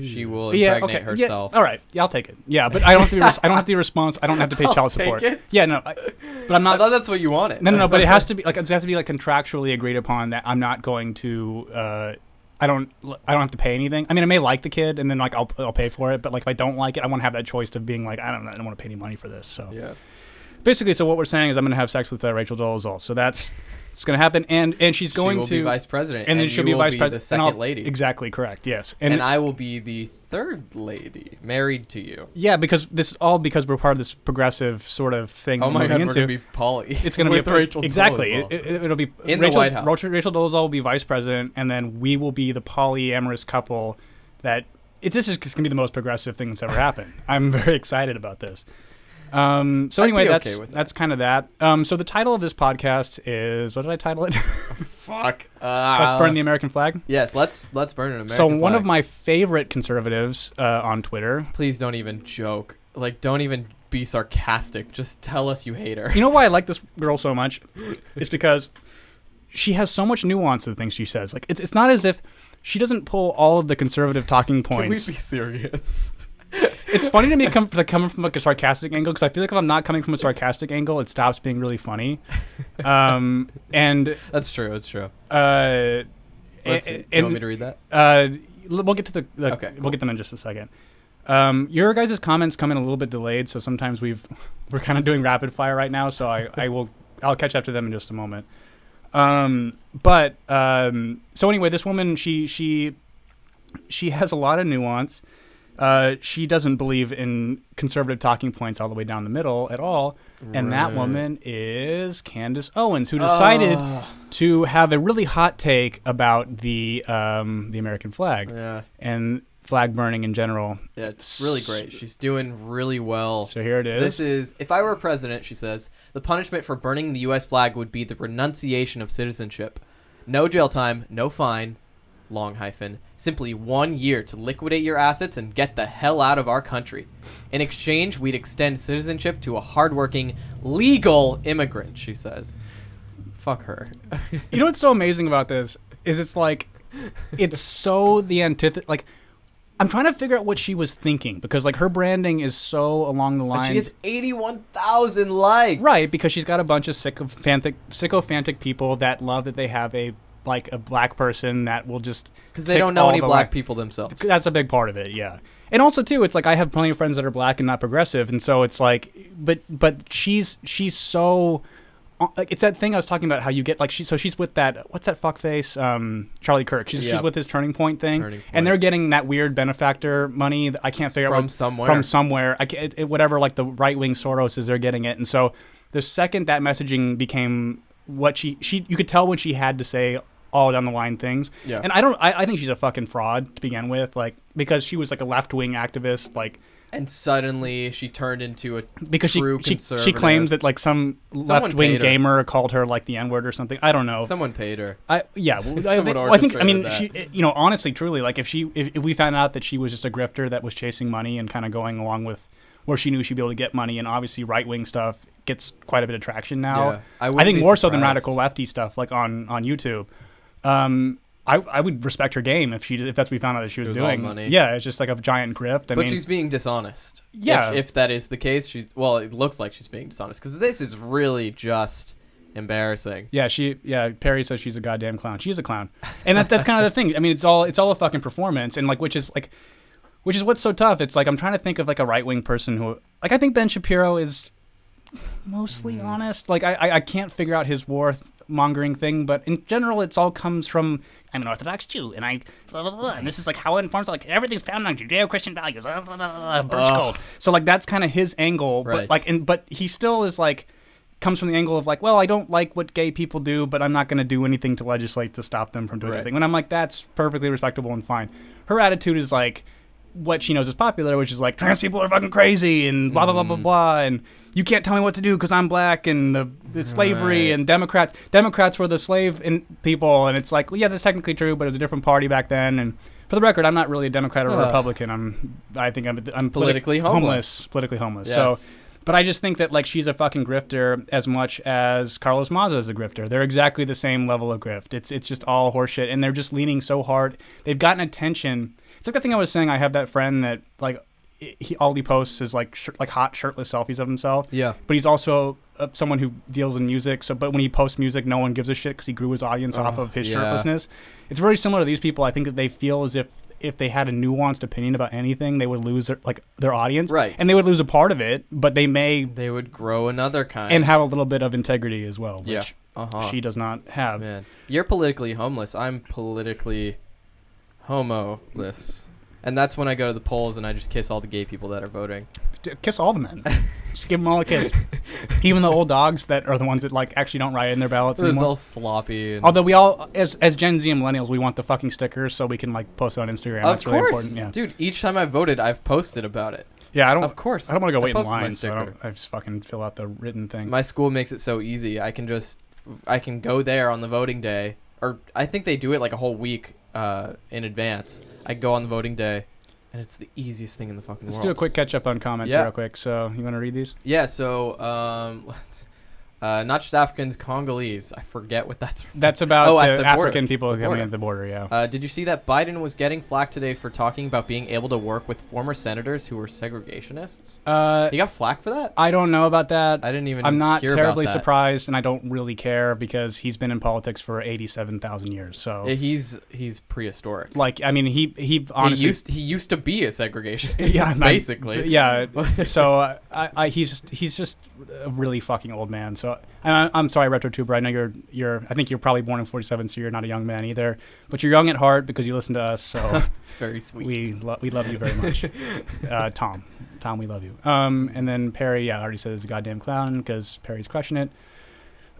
S2: She will
S1: yeah,
S2: impregnate
S1: okay,
S2: herself.
S1: Yeah, all right, yeah, I'll take it. Yeah, but I don't have to. Be res- I don't have to be response. I don't have to pay
S2: I'll
S1: child
S2: take
S1: support.
S2: it.
S1: Yeah, no, I, but I'm
S2: I
S1: not.
S2: thought that's what you wanted.
S1: No, no, no. But it has to be like it has to be like contractually agreed upon that I'm not going to uh, I don't I don't have to pay anything. I mean, I may like the kid, and then like I'll I'll pay for it. But like if I don't like it, I want to have that choice of being like I don't know, I don't want to pay any money for this. So
S2: Yeah.
S1: basically, so what we're saying is I'm going to have sex with uh, Rachel Dolezal. So that's it's going to happen, and and she's
S2: she
S1: going
S2: will
S1: to
S2: be vice president,
S1: and then she'll be vice
S2: president,
S1: president,
S2: the second lady,
S1: Exactly correct. Yes,
S2: and, I will be the third lady, married to you.
S1: yeah, because this is all because we're part of this progressive sort of thing.
S2: Oh my
S1: moving
S2: God, we're
S1: into.
S2: gonna be Polly.
S1: it's going to be a
S4: with Rachel
S1: exactly.
S4: Dolezal.
S1: It, it, will be
S2: In the
S1: Rachel,
S2: White House.
S1: Rachel, Rachel Dolezal will be vice president, and then we will be the polyamorous couple. That it, this is going to be the most progressive thing that's ever happened. I'm very excited about this. Um, so
S2: I'd
S1: anyway,
S2: be okay
S1: that's
S2: with that.
S1: that's kind of that. Um, so the title of this podcast is what did I title it?
S2: fuck.
S1: Let's
S2: Uh,
S1: burn the American flag.
S2: Yes, let's let's burn an American.
S1: so one of
S2: flag.
S1: my favorite conservatives uh, on Twitter.
S2: Please don't even joke. Like, don't even be sarcastic. Just tell us you hate her.
S1: You know why I like this girl so much? It's because she has so much nuance to the things she says. Like it's it's not as if she doesn't pull all of the conservative talking
S2: Can we
S1: points.
S2: be serious?
S1: it's funny to me come, to come from like a sarcastic angle because I feel like if I'm not coming from a sarcastic angle, it stops being really funny. Um, and
S2: That's true. That's true.
S1: uh,
S2: Let's see.
S1: a-
S2: Do you
S1: and-
S2: want me to read that?
S1: uh, l- we'll get to the, the
S2: Okay,
S1: we'll get them in just a second. Um, your guys' comments come in a little bit delayed, so sometimes we've we're kind of doing rapid fire right now. So I, I will I'll catch up to them in just a moment. Um, but um, so anyway, this woman she she she has a lot of nuance. Uh, she doesn't believe in conservative talking points all the way down the middle at all. And that
S2: Right.
S1: woman is Candace Owens, who decided
S2: Ah,
S1: to have a really hot take about the um, the American flag
S2: Oh, yeah.
S1: and flag burning in general.
S2: Yeah, it's really great. She's doing really well.
S1: So here it is.
S2: This is if I were president, she says, the punishment for burning the US flag would be the renunciation of citizenship. No jail time, no fine, long hyphen, simply 1 year to liquidate your assets and get the hell out of our country. In exchange, we'd extend citizenship to a hardworking legal immigrant, she says. Fuck her.
S1: you know what's so amazing about this is it's like it's so the antithesis. Like I'm trying to figure out what she was thinking because like her branding is so along the lines.
S2: she gets 81,000 likes.
S1: Right, because she's got a bunch of sycophantic, sycophantic people that love that they have a like a black person that will just
S2: because they
S1: tick
S2: don't know
S1: all
S2: any
S1: the
S2: black
S1: right-
S2: people themselves.
S1: that's a big part of it yeah and also too it's like i have plenty of friends that are black and not progressive and so it's like but but she's she's so uh, like it's that thing i was talking about how you get like she so she's with that what's that fuck face um charlie kirk she's,
S2: Yeah.
S1: she's with his turning point thing
S2: Turning Point.
S1: and they're getting that weird benefactor money that i can't figure out
S2: from
S1: what-
S2: somewhere.
S1: from somewhere I ca- it, it, whatever like the right wing soros is they're getting it and so the second that messaging became what she she you could tell when she had to say all down the line things
S2: Yeah.
S1: and i don't I, I think she's a fucking fraud to begin with like because she was like a left-wing activist like
S2: and suddenly she turned into a
S1: because she,
S2: true
S1: she
S2: conservative.
S1: she claims that like some
S2: Someone
S1: left-wing
S2: paid her.
S1: gamer called her like the n-word or something i don't know
S2: someone paid her.
S1: I yeah, well, I,
S2: Someone
S1: think, well, I think I
S2: orchestrated
S1: mean
S2: that.
S1: she eh, you know honestly truly like if she if, if we found out that she was just a grifter that was chasing money and kind of going along with where she knew she'd be able to get money and obviously right wing stuff gets quite a bit of traction now.
S2: Yeah, I
S1: I
S2: wouldn't
S1: think
S2: be
S1: more so than
S2: surprised.
S1: radical lefty stuff like on on YouTube. Um I, I would respect her game if she if that's what we found out that she was,
S2: was all
S1: doing.
S2: money.
S1: Yeah, it's just like a giant grift. I
S2: But
S1: mean,
S2: she's being dishonest.
S1: Yeah.
S2: If, if that is the case, she's well. It looks like she's being dishonest because this is really just embarrassing.
S1: Yeah, she. Yeah, Perry says she's a goddamn clown. She is a clown, and that, that's kind of the thing. I mean, it's all it's all a fucking performance, and like, which is like, which is what's so tough. It's like I'm trying to think of like a right wing person who, like, I think Ben Shapiro is mostly honest. Like, I, I I can't figure out his warmongering thing, but in general, it's all comes from I'm an Orthodox Jew, and I blah blah blah, and this is like how it informs like everything's founded on Judeo-Christian values. Blah, blah, blah, blah, Birch
S2: Ugh.
S1: gold. So like that's kind of his angle,
S2: Right.
S1: but like and but he still is like comes from the angle of like, well, I don't like what gay people do, but I'm not going to do anything to legislate to stop them from doing
S2: Right.
S1: anything. And I'm like, that's perfectly respectable and fine. Her attitude is like what she knows is popular, which is like trans people are fucking crazy and blah blah blah blah
S2: Mm.
S1: blah, and you can't tell me what to do because I'm black and the, the slavery
S2: Right.
S1: and Democrats. Democrats were the slave in people, and it's like, well, yeah, that's technically true, but it was a different party back then. And for the record, I'm not really a Democrat or a
S2: Ugh.
S1: Republican. I'm, I think I'm, I'm politi-
S2: Politically homeless.
S1: politically homeless. So.
S2: Yes.
S1: But I just think that like she's a fucking grifter as much as Carlos Maza is a grifter. They're exactly the same level of grift. It's it's just all horseshit, and they're just leaning so hard. They've gotten attention. It's like the thing I was saying. I have that friend that like he, all he posts is like shir- like hot shirtless selfies of himself.
S2: Yeah.
S1: But he's also uh, someone who deals in music. So, but when he posts music, no one gives a shit because he grew his audience off
S2: Oh,
S1: of his
S2: yeah.
S1: shirtlessness. It's very similar to these people. I think that they feel as if if they had a nuanced opinion about anything, they would lose their, like their audience,
S2: Right.
S1: And they would lose a part of it, but they may
S2: They would grow another kind.
S1: and have a little bit of integrity as well, which
S2: Yeah. Uh huh.
S1: she does not have.
S2: Man, you're politically homeless. I'm politically homoless. And that's when I go to the polls and I just kiss all the gay people that are voting.
S1: D- Kiss all the men. Just give them all a kiss. Even the old dogs that are the ones that like actually don't write in their ballots
S2: So it's
S1: anymore.
S2: all sloppy. And
S1: Although we all, as as Gen Z and millennials, we want the fucking stickers so we can like post it on Instagram.
S2: of
S1: That's really
S2: course,
S1: important. Yeah,
S2: dude. Each time I voted, I've posted about it.
S1: yeah. I don't.
S2: Of course,
S1: I don't want to go
S2: I
S1: wait in
S2: posted my
S1: line. So I, don't,
S2: sticker.
S1: I just fucking fill out the written thing.
S2: My school makes it so easy. I can just, I can go there on the voting day, or I think they do it like a whole week uh, in advance. I go on the voting day, and it's the easiest thing in the fucking
S1: Let's
S2: world.
S1: do a quick catch up on comments
S2: Yeah.
S1: real quick. So you want to read these?
S2: Yeah. So, um, let's- uh, not just Africans, Congolese. I forget what that's.
S1: That's about
S2: Oh, at
S1: the,
S2: the border.
S1: African people
S2: The
S1: coming
S2: border.
S1: at the border. Yeah.
S2: Uh, did you see that Biden was getting flack today for talking about being able to work with former senators who were segregationists?
S1: Uh,
S2: He got flack for that.
S1: I don't know about that.
S2: I didn't even.
S1: I'm not
S2: hear about
S1: terribly
S2: that.
S1: surprised, and I don't really care because he's been in politics for 87,000 years. So,
S2: Yeah, he's he's prehistoric.
S1: like, I mean, he he honestly
S2: he used he used to be a segregationist,
S1: yeah, and I-
S2: basically.
S1: yeah. so uh, I, I, he's just he's just a really fucking old man. So and I, I'm sorry, Retro Tuber. I know you're you're. I think you're probably born in '47, so you're not a young man either. But you're young at heart because you listen to us. So
S2: it's very sweet.
S1: we lo- we love you very much, uh, Tom. Tom, we love you. Um, and then Perry. Yeah, I already said he's a goddamn clown because Perry's crushing it.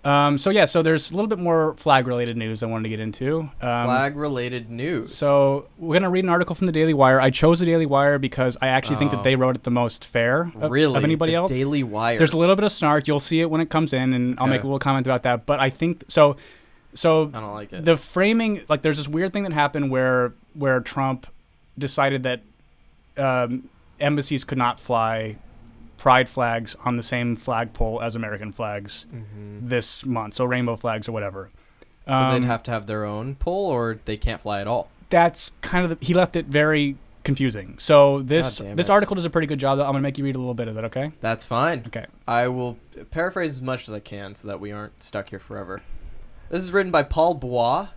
S1: Um, so yeah, so there's a little bit more flag-related news I wanted to get into. Um,
S2: Flag related news.
S1: so we're gonna read an article from the Daily Wire. I chose the Daily Wire because I actually think that
S2: Oh.
S1: they wrote it the most fair uh, of,
S2: really,
S1: of anybody
S2: the
S1: else.
S2: Daily Wire.
S1: There's a little bit of snark. You'll see it when it comes in, and I'll make
S2: Okay.
S1: a little comment about that. But I think so. So
S2: I don't like it.
S1: the framing, like, there's this weird thing that happened where where Trump decided that um, embassies could not fly pride flags on the same flagpole as American flags
S2: Mhm.
S1: this month, so rainbow flags or whatever.
S2: So
S1: um,
S2: they'd have to have their own poll, or they can't fly at all.
S1: that's kind of the, he left it very confusing. So this
S2: God damn
S1: this
S2: it.
S1: article does a pretty good job. Though. I'm gonna make you read a little bit. Is that okay?
S2: That's fine.
S1: Okay.
S2: I will paraphrase as much as I can so that we aren't stuck here forever. This is written by Paul Bois,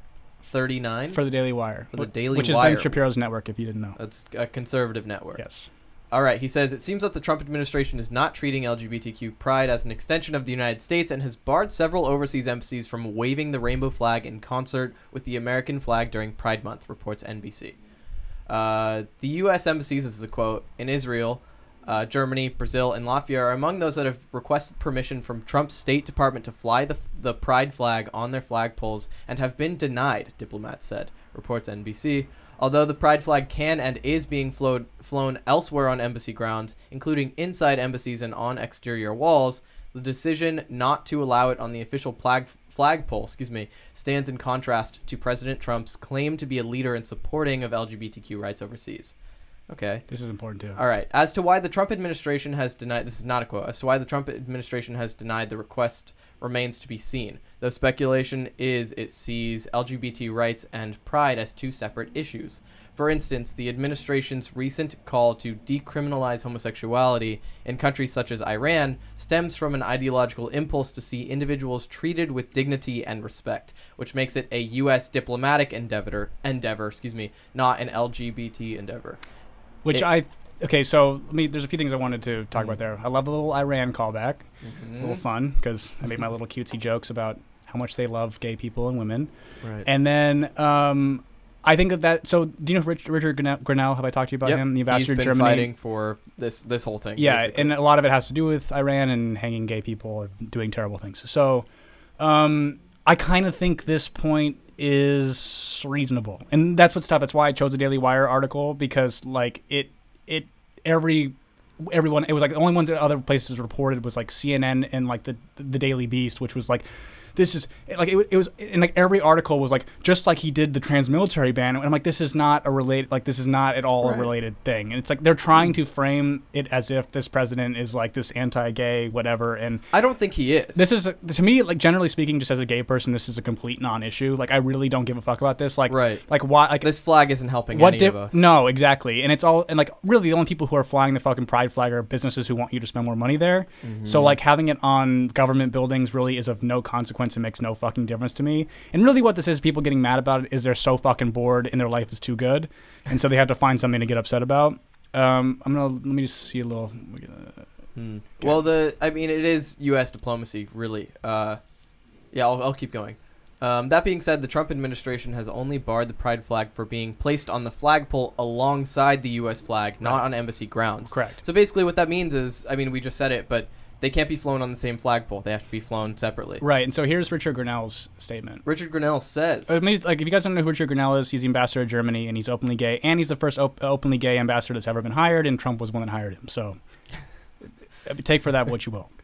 S2: 39,
S1: For the Daily Wire.
S2: For the
S1: wh-
S2: Daily
S1: which is
S2: Wire.
S1: Ben Shapiro's network. If you didn't know.
S2: That's a conservative network.
S1: Yes.
S2: All right, he says it seems that the Trump administration is not treating LGBTQ pride as an extension of the United States and has barred several overseas embassies from waving the rainbow flag in concert with the American flag during Pride Month, reports NBC. Uh, the U.S. embassies, this is a quote, in Israel, uh, Germany, Brazil, and Latvia are among those that have requested permission from Trump's State Department to fly the, the pride flag on their flagpoles and have been denied, diplomats said, reports NBC. Although the pride flag can and is being flowed, flown elsewhere on embassy grounds, including inside embassies and on exterior walls, the decision not to allow it on the official flag flagpole, excuse me, stands in contrast to President Trump's claim to be a leader in supporting of LGBTQ rights overseas. Okay.
S1: This is important too.
S2: All right. As to why the Trump administration has denied this is not a quote. As to why the Trump administration has denied the request remains to be seen. Though speculation is it sees LGBT rights and pride as two separate issues. For instance, the administration's recent call to decriminalize homosexuality in countries such as Iran stems from an ideological impulse to see individuals treated with dignity and respect, which makes it a US diplomatic endeavor, endeavor, excuse me, not an LGBT endeavor.
S1: Which
S2: it-
S1: I okay. So let me. There's a few things I wanted to talk about
S2: Mm-hmm.
S1: there. I love the little Iran callback. A little fun because I made my little cutesy jokes about how much they love gay people and women.
S2: Right.
S1: And then um, I think that that. So do you know Rich, Richard Grinnell- Grinnell? Have I talked to you about
S2: Yep,
S1: him? The
S2: He's
S1: ambassador
S2: been
S1: to Germany.
S2: fighting for this this whole thing.
S1: Yeah,
S2: basically.
S1: and a lot of it has to do with Iran and hanging gay people or doing terrible things. So, um, I kind of think this point is reasonable, and that's what's tough. That's why I chose the Daily Wire article because, like, it it every everyone it was like the only ones that other places reported was like CNN and like the the Daily Beast, which was like this is like it, wa- it was and like every article was like just like he did the transmilitary ban and I'm like this is not a related like this is not at all
S2: Right.
S1: a related thing and it's like they're trying to frame it as if this president is like this anti-gay whatever and
S2: I don't think he is.
S1: this is to me like generally speaking just as a gay person this is a complete non-issue like I really don't give a fuck about this like
S2: Right.
S1: like why like
S2: this flag isn't helping
S1: what
S2: any
S1: di-
S2: of us.
S1: No, exactly. And it's all and like really the only people who are flying the fucking pride flag are businesses who want you to spend more money there.
S2: Mm-hmm.
S1: So like having it on government buildings really is of no consequence and makes no fucking difference to me. And really what this is people getting mad about it is they're so fucking bored and their life is too good. And so they have to find something to get upset about. Um, I'm gonna let me just see a little.
S2: Hmm. Well, the I mean, it is U.S. diplomacy, really. Uh, yeah, I'll, I'll keep going. Um, that being said, the Trump administration has only barred the pride flag for being placed on the flagpole alongside the U.S. flag, not on embassy grounds.
S1: Correct.
S2: So basically, what that means is, I mean, we just said it, but they can't be flown on the same flagpole. They have to be flown separately.
S1: Right. And so here's Richard Grinnell's statement.
S2: Richard Grinnell says,
S1: Uh, maybe, like if you guys don't know who Richard Grinnell is, he's the ambassador of Germany, and he's openly gay, and he's the first op- openly gay ambassador that's ever been hired, and Trump was the one that hired him. So uh, take for that what you will.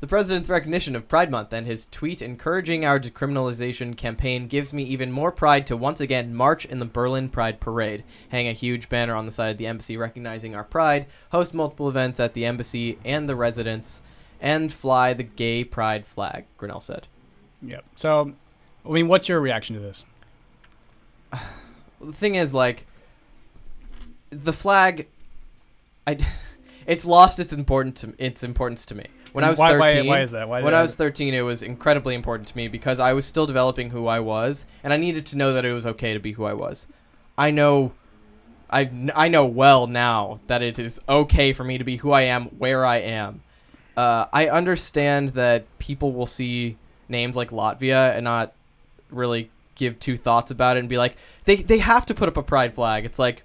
S2: The president's recognition of Pride Month and his tweet encouraging our decriminalization campaign gives me even more pride to once again march in the Berlin Pride Parade, hang a huge banner on the side of the embassy recognizing our pride, host multiple events at the embassy and the residence, and fly the gay pride flag, Grinnell said.
S1: Yep. So, I mean, what's your reaction to this?
S2: The thing is, like, the flag, I, it's lost its importance to its importance to me. When I was
S1: why,
S2: thirteen,
S1: why, why is that? Why did
S2: when I was 13, it was incredibly important to me because I was still developing who I was, and I needed to know that it was okay to be who I was. I know, I I know well now that it is okay for me to be who I am, where I am. Uh, I understand that people will see names like Latvia and not really give two thoughts about it and be like, they they have to put up a pride flag. It's like,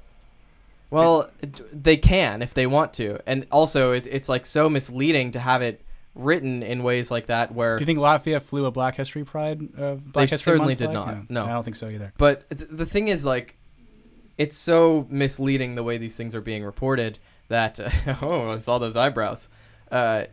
S2: well, d- they can if they want to, and also it's it's like so misleading to have it written in ways like that where
S1: do you think Latvia flew a Black History Pride? Uh, Black History
S2: certainly
S1: Month
S2: did
S1: flag?
S2: not. No.
S1: I don't think so either.
S2: But th- the thing is, like, it's so misleading the way these things are being reported that oh, I saw those eyebrows. Uh,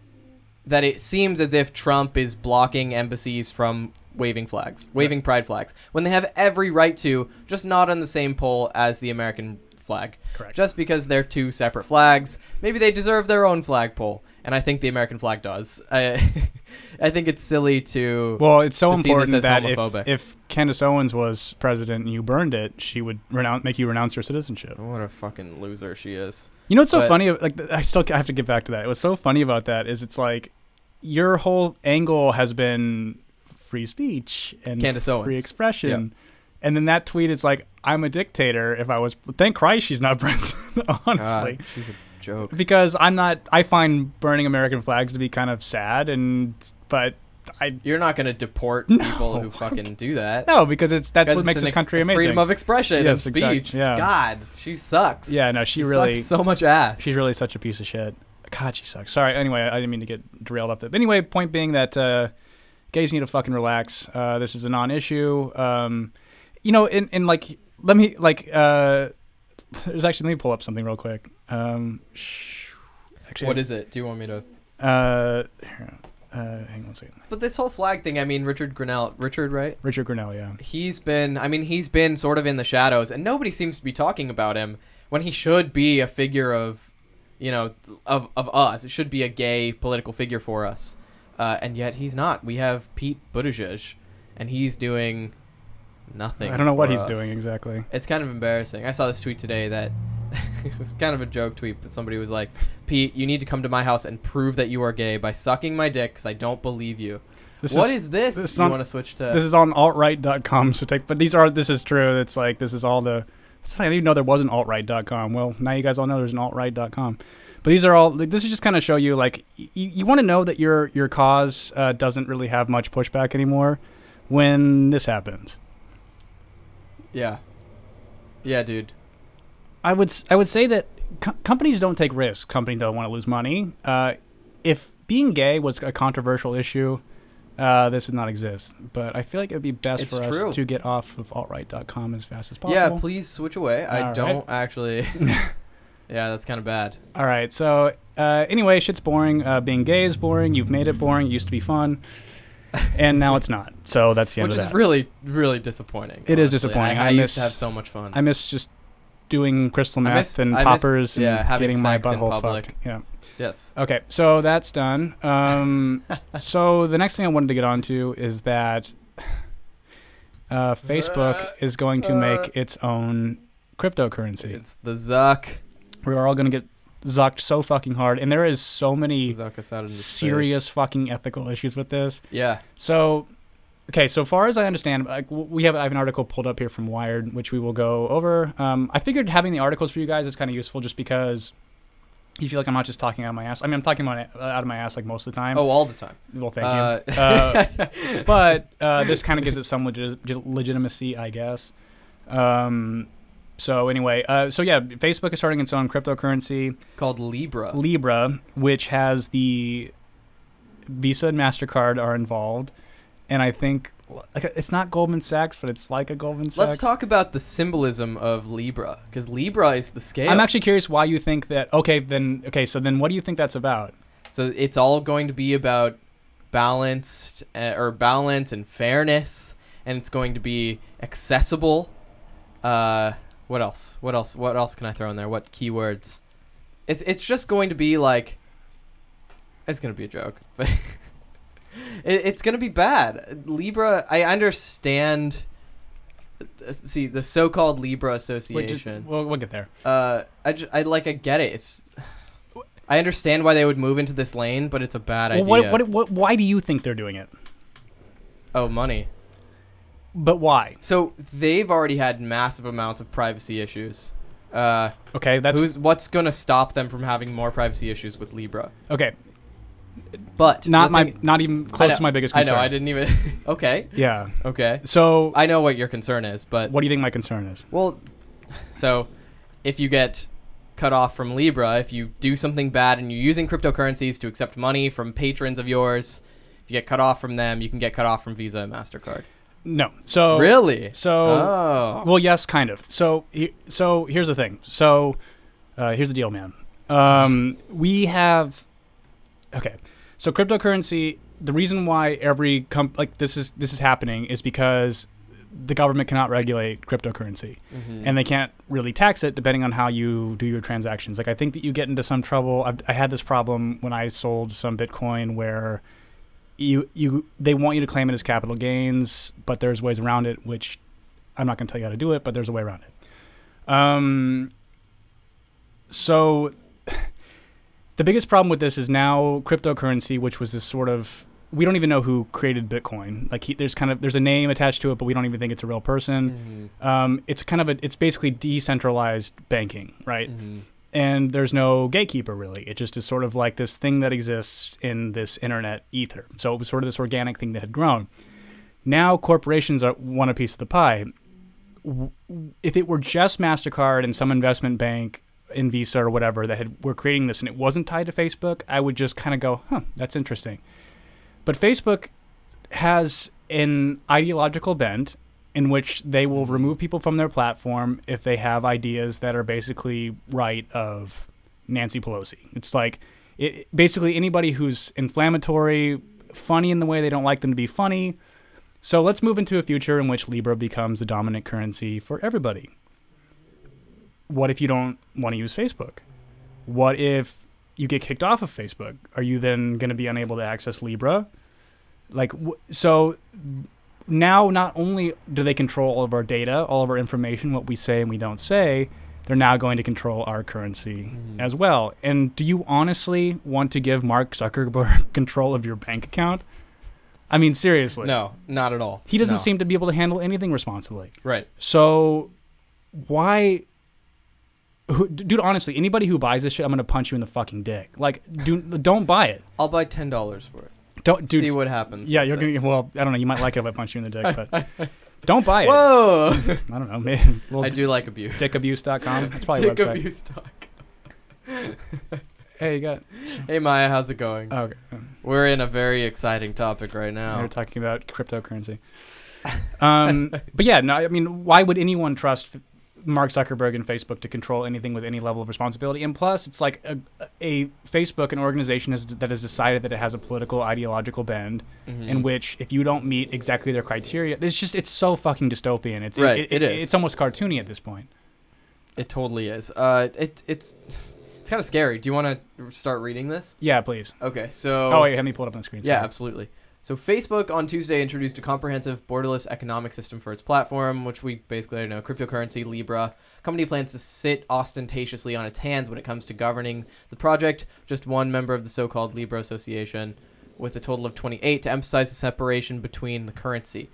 S2: that it seems as if Trump is blocking embassies from waving flags, waving pride flags, when they have every right to, just not on the same pole as the American flag.
S1: Correct.
S2: Just because they're two separate flags, maybe they deserve their own flagpole, and I think the American flag does. I, I think it's silly to.
S1: Well, it's so
S2: to see this
S1: important
S2: as
S1: that
S2: homophobic.
S1: if, if Candace Owens was president and you burned it, she would renounce, make you renounce your citizenship.
S2: what a fucking loser she is.
S1: You know what's so
S2: But-
S1: funny? Like I still I have to get back to that. What's so funny about that is it's like your whole angle has been free speech and
S2: Candace Owens.
S1: free expression, and then that tweet is like I'm a dictator. If I was, thank Christ she's not president, honestly,
S2: God, Ah, she's a joke.
S1: because I'm not. I find burning American flags to be kind of sad, and but I
S2: You're not gonna deport people who fucking do that.
S1: no because it's that's
S2: Because
S1: what
S2: it's
S1: makes
S2: an
S1: this
S2: ex-
S1: country amazing.
S2: Freedom of expression
S1: Yes,
S2: and
S1: exact-
S2: speech.
S1: yeah.
S2: God, she sucks.
S1: yeah, no, she,
S2: she
S1: really
S2: sucks so much ass.
S1: She's really such a piece of shit. God, she sucks. Sorry. Anyway, I didn't mean to get derailed off that. But anyway, point being that uh, gays need to fucking relax. Uh, this is a non-issue. Um, you know, and, and like, let me like, uh, there's actually let me pull up something real quick. Um, sh- actually,
S2: what is it? Do you want me to?
S1: Uh, here, uh, hang on a second.
S2: But this whole flag thing. I mean, Richard Grinnell. Richard, right?
S1: Richard Grinnell, yeah.
S2: He's been. I mean, he's been sort of in the shadows, and nobody seems to be talking about him when he should be a figure of, you know, of of us. It should be a gay political figure for us, uh, and yet he's not. We have Pete Buttigieg, and he's doing nothing.
S1: I don't know what
S2: for
S1: he's
S2: us.
S1: doing exactly.
S2: It's kind of embarrassing. I saw this tweet today that it was kind of a joke tweet, but somebody was like, "Pete, you need to come to my house and prove that you are gay by sucking my dick because I don't believe you." What
S1: This
S2: is
S1: is-
S2: this?
S1: this is
S2: you
S1: on-
S2: want to switch to?
S1: This is on altright.com, so take. But these are. This is true. It's like this is all the. It's funny, I didn't even know there was an altright.com. Well, now you guys all know there's an altright.com. But these are all. Like, this is just kind of show you like y- you, you want to know that your your cause uh, doesn't really have much pushback anymore when this happens.
S2: yeah, yeah, dude.
S1: I would s- I would say that co- companies don't take risks. Companies don't want to lose money. Uh, if being gay was a controversial issue, uh, this would not exist. But I feel like it would be best
S2: It's
S1: for
S2: true.
S1: us to get off of altright.com as fast as possible.
S2: Yeah, please switch away. I
S1: All
S2: don't actually. yeah, that's kind of bad.
S1: All right. So uh, anyway, shit's boring. Uh, being gay is boring. You've made it boring. It used to be fun. and now it's not. So that's the end
S2: which
S1: of
S2: is
S1: that.
S2: really really disappointing.
S1: It is
S2: honestly.
S1: disappointing.
S2: I,
S1: I
S2: I
S1: miss-
S2: used to have so much fun.
S1: I miss just doing crystal
S2: I
S1: meth
S2: miss-
S1: and
S2: I miss-
S1: poppers and
S2: yeah, having
S1: getting my
S2: sex in
S1: butthole
S2: public.
S1: fucked. Yeah.
S2: yes.
S1: Okay, so that's done. Um, so the next thing I wanted to get onto is that uh, Facebook is going to
S2: Uh,
S1: make its own cryptocurrency.
S2: It's the Zuck.
S1: we are all going to get zucked so fucking hard, and there is so many
S2: Zuck us out into space.
S1: serious fucking ethical issues with this.
S2: Yeah.
S1: So, okay, so far as I understand, like w- we have I have an article pulled up here from Wired, which we will go over. Um, I figured having the articles for you guys is kind of useful, just because you feel like I'm not just talking out of my ass. I mean, I'm talking my, out of my ass like most of the time.
S2: Oh, all the time.
S1: well, thank
S2: uh,
S1: you. Uh, but uh, this kind of gives it some legit- legitimacy, I guess. Um, so anyway, uh, so yeah, Facebook is starting its own cryptocurrency.
S2: Called Libra.
S1: Libra, which has the Visa and Mastercard are involved, and I think like, it's not Goldman Sachs, but it's like a Goldman Sachs.
S2: Let's talk about the symbolism of Libra, because Libra is the scale.
S1: I'm actually curious why you think that. Okay, then okay, so then what do you think that's about?
S2: So it's all going to be about balanced uh, or balance and fairness, and it's going to be accessible. Uh, what else? What else? What else can I throw in there? What keywords? It's it's just going to be like. It's gonna be a joke, but it, it's gonna be bad. Libra, I understand. uh, See the so-called Libra
S1: Wait,
S2: Association.
S1: just- we'll, we'll get there.
S2: Uh, I, ju- I like I get it. It's I understand why they would move into this lane, but it's a bad
S1: Well,
S2: idea.
S1: what, what, what, why do you think they're doing it?
S2: oh, money.
S1: But why?
S2: So they've already had massive amounts of privacy issues. Uh,
S1: Okay, that's
S2: who's what's gonna stop them from having more privacy issues with Libra?
S1: okay.
S2: But
S1: Not
S2: the
S1: my,
S2: thing-
S1: not even
S2: I
S1: close
S2: know-
S1: to my biggest concern.
S2: I know I didn't even. okay,
S1: Yeah.
S2: okay.
S1: So
S2: I know what your concern is, but
S1: what do you think my concern is?
S2: Well, so if you get cut off from Libra, if you do something bad and you're using cryptocurrencies to accept money from patrons of yours, if you get cut off from them, you can get cut off from Visa and Mastercard.
S1: No. So
S2: really?
S1: So
S2: oh.
S1: Well, yes, kind of. So, he, so here's the thing. So, uh, here's the deal, man. Um, we have, okay. So cryptocurrency. The reason why every comp like this is this is happening is because the government cannot regulate cryptocurrency, and they can't really tax it depending on how you do your transactions. Like I think that you get into some trouble. I've, I had this problem when I sold some Bitcoin where you you they want you to claim it as capital gains, but there's ways around it, which I'm not going to tell you how to do it, but there's a way around it. Um, so the biggest problem with this is now cryptocurrency, which was this sort of we don't even know who created Bitcoin. Like he, there's kind of there's a name attached to it, but we don't even think it's a real person.
S2: Mhm,
S1: Um, it's kind of a it's basically decentralized banking, right?
S2: mhm.
S1: and there's no gatekeeper really. It just is sort of like this thing that exists in this internet ether. So it was sort of this organic thing that had grown. Now corporations are, want a piece of the pie. W- If it were just Mastercard and some investment bank in Visa or whatever that had were creating this and it wasn't tied to Facebook, I would just kind of go, "Huh, that's interesting." But Facebook has an ideological bent in which they will remove people from their platform if they have ideas that are basically right of Nancy Pelosi. It's like it, basically anybody who's inflammatory, funny in the way they don't like them to be funny. So let's move into a future in which Libra becomes the dominant currency for everybody. What if you don't want to use Facebook? What if you get kicked off of Facebook? Are you then going to be unable to access Libra? Like w- so now not only do they control all of our data, all of our information, what we say and we don't say, they're now going to control our currency as well. And do you honestly want to give Mark Zuckerberg control of your bank account? I mean seriously.
S2: No, not at all.
S1: He doesn't
S2: No.
S1: seem to be able to handle anything responsibly.
S2: right.
S1: So why who, d- dude honestly, anybody who buys this shit, I'm going to punch you in the fucking dick. Like do don't buy it.
S2: I'll buy ten dollars worth.
S1: Don't dude
S2: See what happens.
S1: yeah,
S2: with
S1: you're
S2: it.
S1: gonna. Well, I don't know. You might like it if I punch you in the dick, but don't buy it.
S2: Whoa!
S1: I don't know. Man. Well,
S2: I do like abuse.
S1: Dickabuse.com. That's probably a
S2: Dick
S1: website.
S2: abuse talk.
S1: Hey, you got.
S2: Hey Maya, how's it going?
S1: Oh, okay.
S2: We're in a very exciting topic right
S1: We
S2: now.
S1: We're talking about cryptocurrency. Um, but yeah, no. I mean, why would anyone trust Mark Zuckerberg and Facebook to control anything with any level of responsibility. And plus, it's like a, a Facebook, an organization has, that has decided that it has a political ideological bend,
S2: Mm-hmm.
S1: in which if you don't meet exactly their criteria, it's just it's so fucking dystopian. It's
S2: Right, it
S1: It,
S2: is.
S1: It's almost cartoony at this point.
S2: It totally is. Uh, it it's it's kind of scary. Do you want to start reading this?
S1: Yeah, please.
S2: Okay, so
S1: Oh, wait, have me pull it up on the screen.
S2: Yeah,
S1: sorry.
S2: absolutely. So Facebook on Tuesday introduced a comprehensive borderless economic system for its platform, which we basically already know cryptocurrency Libra. Company plans to sit ostentatiously on its hands when it comes to governing the project. Just one member of the so-called Libra Association, with a total of 28, to emphasize the separation between the currency,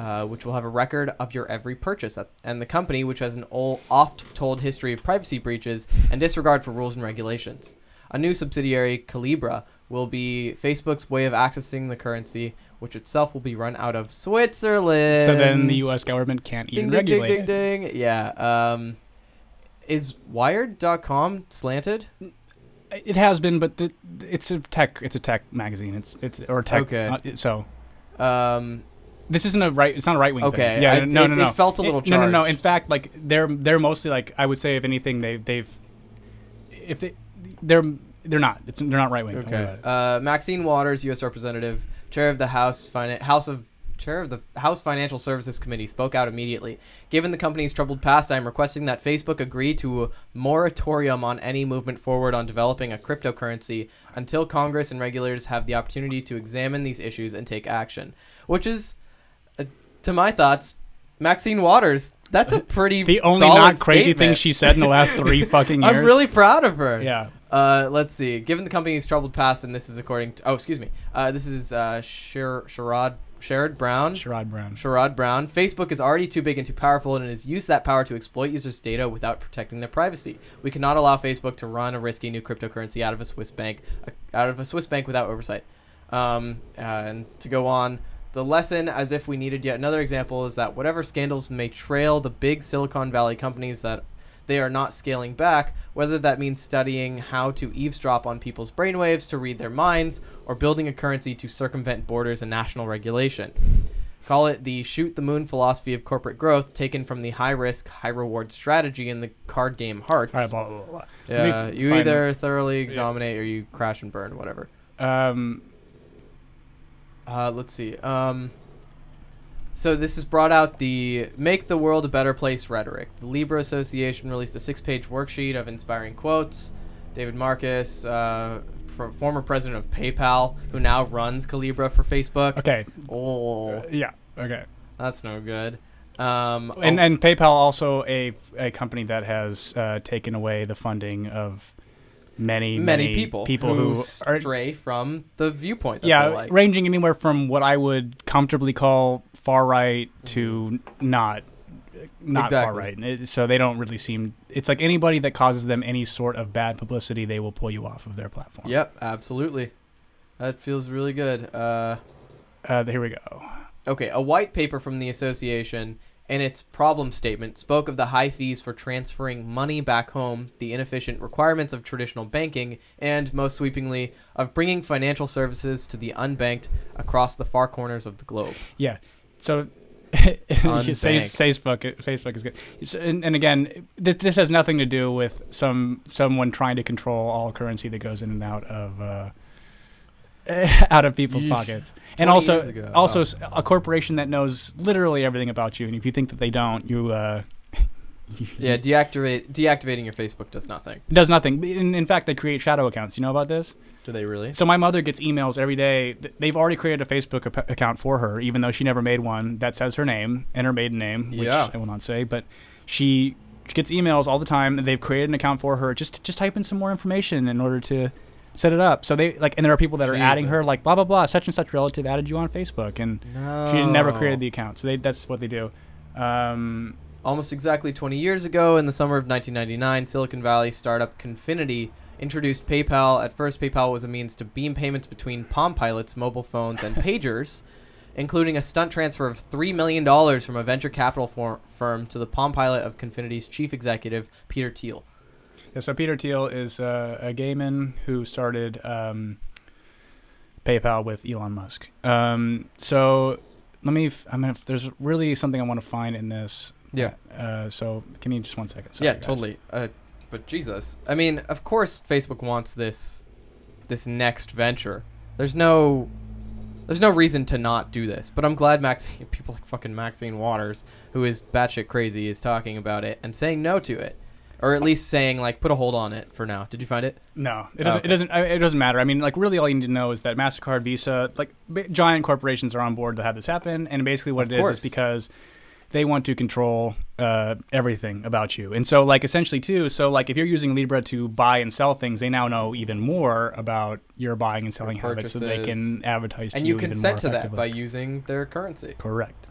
S2: uh, which will have a record of your every purchase, at- and the company, which has an ol- oft-told history of privacy breaches and disregard for rules and regulations. A new subsidiary, Calibra, will be Facebook's way of accessing the currency, which itself will be run out of Switzerland.
S1: So then the U.S. government can't
S2: ding,
S1: even
S2: ding, ding,
S1: regulate
S2: ding,
S1: it.
S2: ding. Yeah. Um, is Wired.com slanted?
S1: It has been, but the, it's a tech. It's a tech magazine. It's it's or tech.
S2: Okay.
S1: uh, it- so
S2: Um,
S1: this isn't a right. It's not a right wing.
S2: Okay,
S1: Thing. Yeah.
S2: I-
S1: no.
S2: it-
S1: no. No.
S2: it felt a little
S1: No. No. No.
S2: charged.
S1: In fact, like they're they're mostly like I would say if anything they they've if they they're they're not it's they're not right wing.
S2: Okay. Uh, Maxine Waters, U.S. Representative, chair of the House Finan- House of chair of the House Financial Services Committee, spoke out immediately. Given the company's troubled past, I am requesting that Facebook agree to a moratorium on any movement forward on developing a cryptocurrency until Congress and regulators have the opportunity to examine these issues and take action. Which is, uh, to my thoughts, Maxine Waters. That's a pretty
S1: the only
S2: Uh, solid
S1: not crazy thing
S2: statement.
S1: she said in the last three fucking years.
S2: I'm really proud of her.
S1: yeah.
S2: Uh, let's see. Given the company's troubled past, and this is according to oh, excuse me. Uh, this is uh, Sher- Sherrod Sherrod Brown.
S1: Sherrod Brown.
S2: Sherrod Brown. Facebook is already too big and too powerful, and it has used that power to exploit users' data without protecting their privacy. We cannot allow Facebook to run a risky new cryptocurrency out of a Swiss bank, uh, out of a Swiss bank without oversight. Um, uh, and to go on, the lesson, as if we needed yet another example, is that whatever scandals may trail the big Silicon Valley companies that they are not scaling back, whether that means studying how to eavesdrop on people's brainwaves to read their minds, or building a currency to circumvent borders and national regulation. Call it the shoot the moon philosophy of corporate growth, taken from the high risk, high reward strategy in the card game Hearts.
S1: All right. Blah blah blah. blah. Let me
S2: yeah,
S1: f-
S2: you
S1: find
S2: either thoroughly
S1: Yeah.
S2: dominate or you crash and burn, whatever.
S1: Um.
S2: Uh, let's see. Um, so this has brought out the "Make the World a Better Place" rhetoric. The Libra Association released a six-page worksheet of inspiring quotes. David Marcus, uh, fr- former president of PayPal, who now runs Calibra for Facebook.
S1: Okay.
S2: Oh,
S1: Yeah. Okay.
S2: that's no good. Um,
S1: And
S2: oh,
S1: and PayPal also a a company that has uh, taken away the funding of many
S2: oh, many, people,
S1: people who, are
S2: stray from the viewpoint. That
S1: yeah
S2: they like.
S1: ranging anywhere from what I would comfortably call far right to not not far
S2: Mm-hmm. Exactly.
S1: right. It- So they don't really seem. It's like anybody that causes them any sort of bad publicity, they will pull you off of their platform.
S2: Yep, absolutely. That feels really good. Uh,
S1: Uh, here we go.
S2: Okay, a white paper from the association in its problem statement spoke of the high fees for transferring money back home, the inefficient requirements of traditional banking, and most sweepingly, of bringing financial services to the unbanked across the far corners of the globe.
S1: Yeah. So
S2: Unbanked.
S1: Facebook Facebook is good. It's- and, and again, th- this has nothing to do with some someone trying to control all currency that goes in and out of uh, out of people's
S2: Yeesh.
S1: pockets. And
S2: 20
S1: also
S2: years ago.
S1: also
S2: Oh.
S1: s- a corporation that knows literally everything about you and if you think that they don't, you uh,
S2: Yeah,
S1: Mm-hmm.
S2: deactivate deactivating your Facebook does nothing.
S1: it does nothing. In, in fact, they create shadow accounts. You know about this?
S2: Do they really?
S1: So my mother gets emails every day. Th- They've already created a Facebook ap- account for her, even though she never made one that says her name and her maiden name, which
S2: Yeah.
S1: I will not say. But she she gets emails all the time. They've created an account for her. Just just type in some more information in order to set it up. So they like, and there are people that are adding her,
S2: Jesus.
S1: like blah blah blah, such and such relative added you on Facebook, and
S2: No.
S1: she never created
S2: Oh.
S1: the account. So they that's what they do. Um,
S2: Almost exactly 20 years ago, in the summer of 1999, Silicon Valley startup Confinity introduced PayPal. At first, PayPal was a means to beam payments between Palm Pilots, mobile phones, and pagers, including a stunt transfer of $3 million from a venture capital for- firm to the Palm Pilot of Confinity's chief executive, Peter Thiel.
S1: yeah, so Peter Thiel is uh, a gay man who started um, PayPal with Elon Musk. Um, so let me. f- I'm gonna, there's really something I want to find in this
S2: Yeah.
S1: Uh, so can you just one second? Sorry,
S2: Yeah,
S1: guys.
S2: totally. Uh, but Jesus, I mean, of course, Facebook wants this, this next venture. There's no, there's no reason to not do this. But I'm glad Maxine, people like fucking Maxine Waters, who is batshit crazy, is talking about it and saying no to it, or at least saying like put a hold on it for now. Did you find it?
S1: No, it
S2: Oh,
S1: doesn't.
S2: Okay.
S1: It doesn't. I- It doesn't matter. I mean, like, really, all you need to know is that Mastercard, Visa, like, b- giant corporations are on board to have this happen. And basically, what
S2: Of
S1: it is
S2: course.
S1: is because they want to control uh, everything about you. And so, like, essentially, too. So, like, if you're using Libra to buy and sell things, they now know even more about your buying and selling habits, so they
S2: purchases.
S1: can advertise to
S2: And
S1: you.
S2: you
S1: even
S2: consent
S1: more
S2: to that
S1: effectively.
S2: by using their currency.
S1: correct.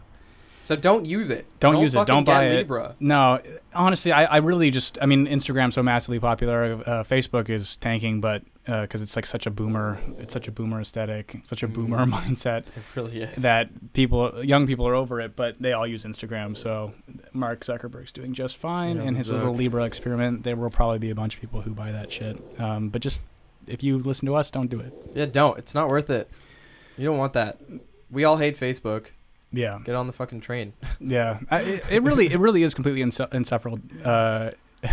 S2: So don't use it.
S1: Don't, use it.
S2: fucking
S1: Don't
S2: get
S1: buy it.
S2: Libra.
S1: No, honestly, I, I really just I mean Instagram's so massively popular. Uh, Facebook is tanking, but because it's like such a boomer, it's such a boomer aesthetic, such a boomer
S2: Mm.
S1: mindset
S2: It really is.
S1: that people, young people, are over it. But they all use Instagram. So Mark Zuckerberg's doing just fine,
S2: Yeah,
S1: and his
S2: Zuck.
S1: little Libra experiment. There will probably be a bunch of people who buy that shit. Um, but just if you listen to us, don't do it.
S2: Yeah, don't. It's not worth it. You don't want that. We all hate Facebook.
S1: Yeah.
S2: Get on the fucking train.
S1: Yeah, I, it, it really it really is completely insu- insufferable. Uh,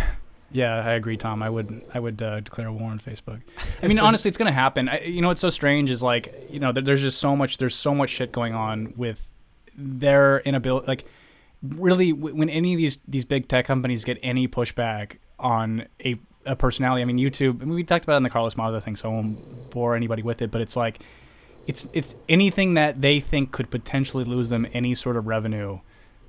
S1: yeah, I agree, Tom. I would I would uh, declare war on Facebook. I mean, honestly, it's gonna happen. I, you know, what's so strange is like you know, there, there's just so much there's so much shit going on with their inability. Like, really, w- when any of these these big tech companies get any pushback on a a personality, I mean, YouTube. I mean, we talked about it in the Carlos Maza thing, so I won't bore anybody with it. But it's like. It's it's anything that they think could potentially lose them any sort of revenue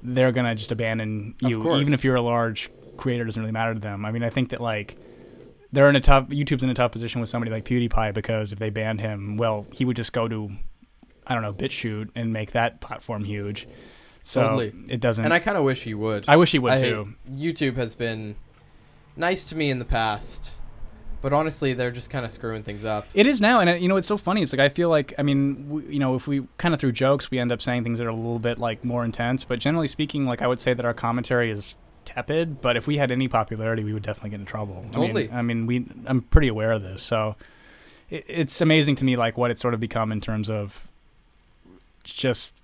S1: they're gonna just abandon
S2: Of
S1: you,
S2: course.
S1: even if you're a large creator. it Doesn't really matter to them. I mean, I think that like they're in a tough YouTube's in a tough position with somebody like PewDiePie because if they banned him, well, he would just go to I don't know BitChute and make that platform huge. So
S2: Totally.
S1: it doesn't.
S2: And I kind of wish he would.
S1: I wish he would
S2: I-
S1: too.
S2: YouTube has been nice to me in the past, but honestly, they're just kind of screwing things up.
S1: It is now, and uh, you know it's so funny. It's like I feel like I mean, we, you know, if we kind of through jokes, we end up saying things that are a little bit like more intense. But generally speaking, like I would say that our commentary is tepid. But if we had any popularity, we would definitely get in trouble.
S2: Totally.
S1: I mean, I mean we. I'm pretty aware of this, so it, it's amazing to me like what it's sort of become in terms of just.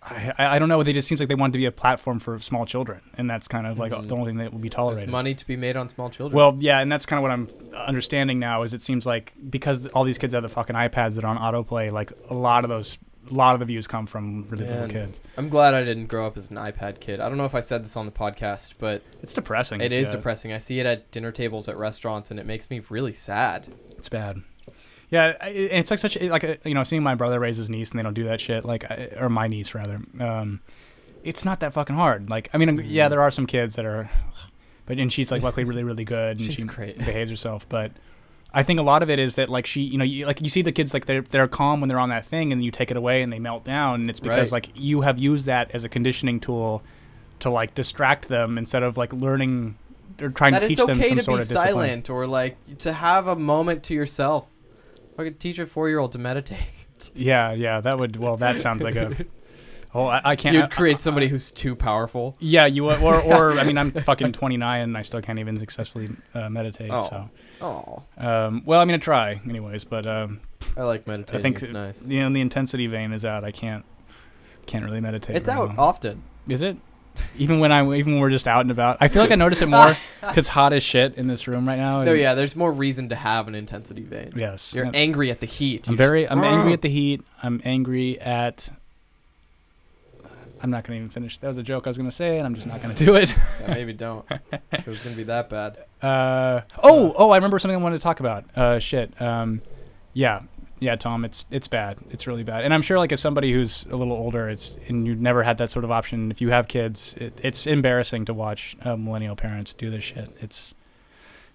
S1: I, I I don't know. They just seems like they want to be a platform for small children, and that's kind of like
S2: Mhm.
S1: the only thing that will be
S2: There's
S1: tolerated.
S2: money to be made on small children.
S1: Well, yeah, and that's kind of what I'm understanding now is it seems like because all these kids have the fucking iPads that are on autoplay, like a lot of those, a lot of the views come from really little
S2: Man.
S1: kids.
S2: I'm glad I didn't grow up as an iPad kid. I don't know if I said this on the podcast, but
S1: It's depressing.
S2: it
S1: It's,
S2: is
S1: yeah,
S2: depressing. I see it at dinner tables at restaurants, and it makes me really sad.
S1: It's bad. Yeah, I- and it's like such like uh, you know seeing my brother raise his niece and they don't do that shit like I- or my niece rather. Um, it's not that fucking hard. Like I mean,
S2: Mm.
S1: yeah, there are some kids that are, but and she's like luckily really really good. And
S2: She's
S1: she
S2: great.
S1: behaves herself, but. I think a lot of it is that like she, you know, you, like you see the kids like they're they're calm when they're on that thing, and you take it away and they melt down, and it's because
S2: Right.
S1: like you have used that as a conditioning tool to like distract them instead of like learning or trying
S2: that
S1: to teach
S2: it's okay
S1: them some
S2: to
S1: sort
S2: be
S1: of discipline.
S2: silent or like to have a moment to yourself. Fucking teach a four-year-old to meditate.
S1: Yeah, yeah, that would. Well, that sounds like a. Oh, I, I can't.
S2: You'd create somebody who's too powerful.
S1: yeah, you would- or or I mean, I'm fucking 29 and I still can't even successfully uh, meditate.
S2: Oh.
S1: So,
S2: Oh,
S1: um, well, I mean, I try anyways, but um,
S2: I like meditating.
S1: I think
S2: it's nice.
S1: You know, the intensity vein is out. I can't can't really meditate.
S2: It's Uh-huh.
S1: very
S2: out
S1: well.
S2: often.
S1: Is it? Even when I even when we're just out and about, I feel like I notice it more because hot as shit in this room right now.
S2: No,
S1: and-
S2: yeah, there's more reason to have an intensity vein.
S1: Yes.
S2: You're
S1: and-
S2: angry at the heat.
S1: I'm
S2: You just-
S1: very. I'm angry at the heat. I'm angry at. I'm not gonna even finish. That was a joke I was gonna say, and I'm just not gonna do it.
S2: Yeah, maybe don't. if it was gonna be that bad.
S1: Uh, oh, oh, I remember something I wanted to talk about. Uh, shit. Um, yeah, yeah, Tom, it's it's bad. It's really bad. And I'm sure, like, as somebody who's a little older, it's and you've never had that sort of option. If you have kids, it, it's embarrassing to watch uh, millennial parents do this shit. It's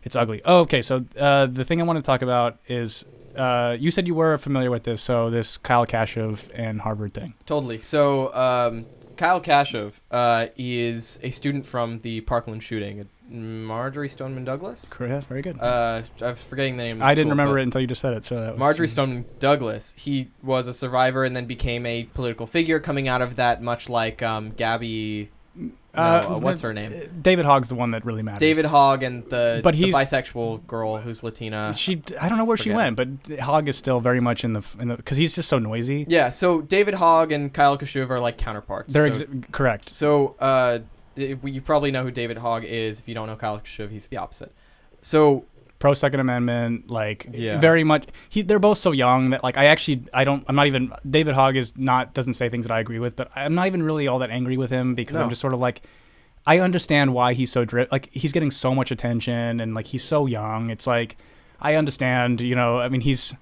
S1: it's ugly. Oh, okay, so uh, the thing I want to talk about is uh, you said you were familiar with this, so this Kyle Kashev and Harvard thing.
S2: Totally. So, um, Kyle Kashev uh, is a student from the Parkland shooting. at Marjorie Stoneman Douglas.
S1: Correct. Very good.
S2: Uh, I was forgetting the name. Of the
S1: I didn't
S2: school,
S1: remember
S2: but-
S1: it until you just said it. So that was
S2: Marjorie Stoneman Douglas. He was a survivor and then became a political figure coming out of that, much like um, Gabby. No, uh, what's her name?
S1: David Hogg's the one that really matters.
S2: David Hogg and the,
S1: uh, But
S2: the
S1: he's-
S2: bisexual girl who's Latina.
S1: she I don't know where she
S2: forget
S1: went, but Hog is still very much in the in the because he's just so noisy.
S2: Yeah, so David Hogg and Kyle Kashuv are like counterparts.
S1: They're
S2: so,
S1: ex- correct.
S2: so uh, eh, we- you probably know who David Hogg is. If you don't know Kyle Khrushchev, he's the opposite. So
S1: pro Second Amendment, like
S2: Yeah.
S1: very much. He, they're both so young that like I actually I don't I'm not even David Hogg is not doesn't say things that I agree with, but I'm not even really all that angry with him because
S2: No.
S1: I'm just sort of like I understand why he's so drip. Like he's getting so much attention and like he's so young. It's like I understand, you know. I mean he's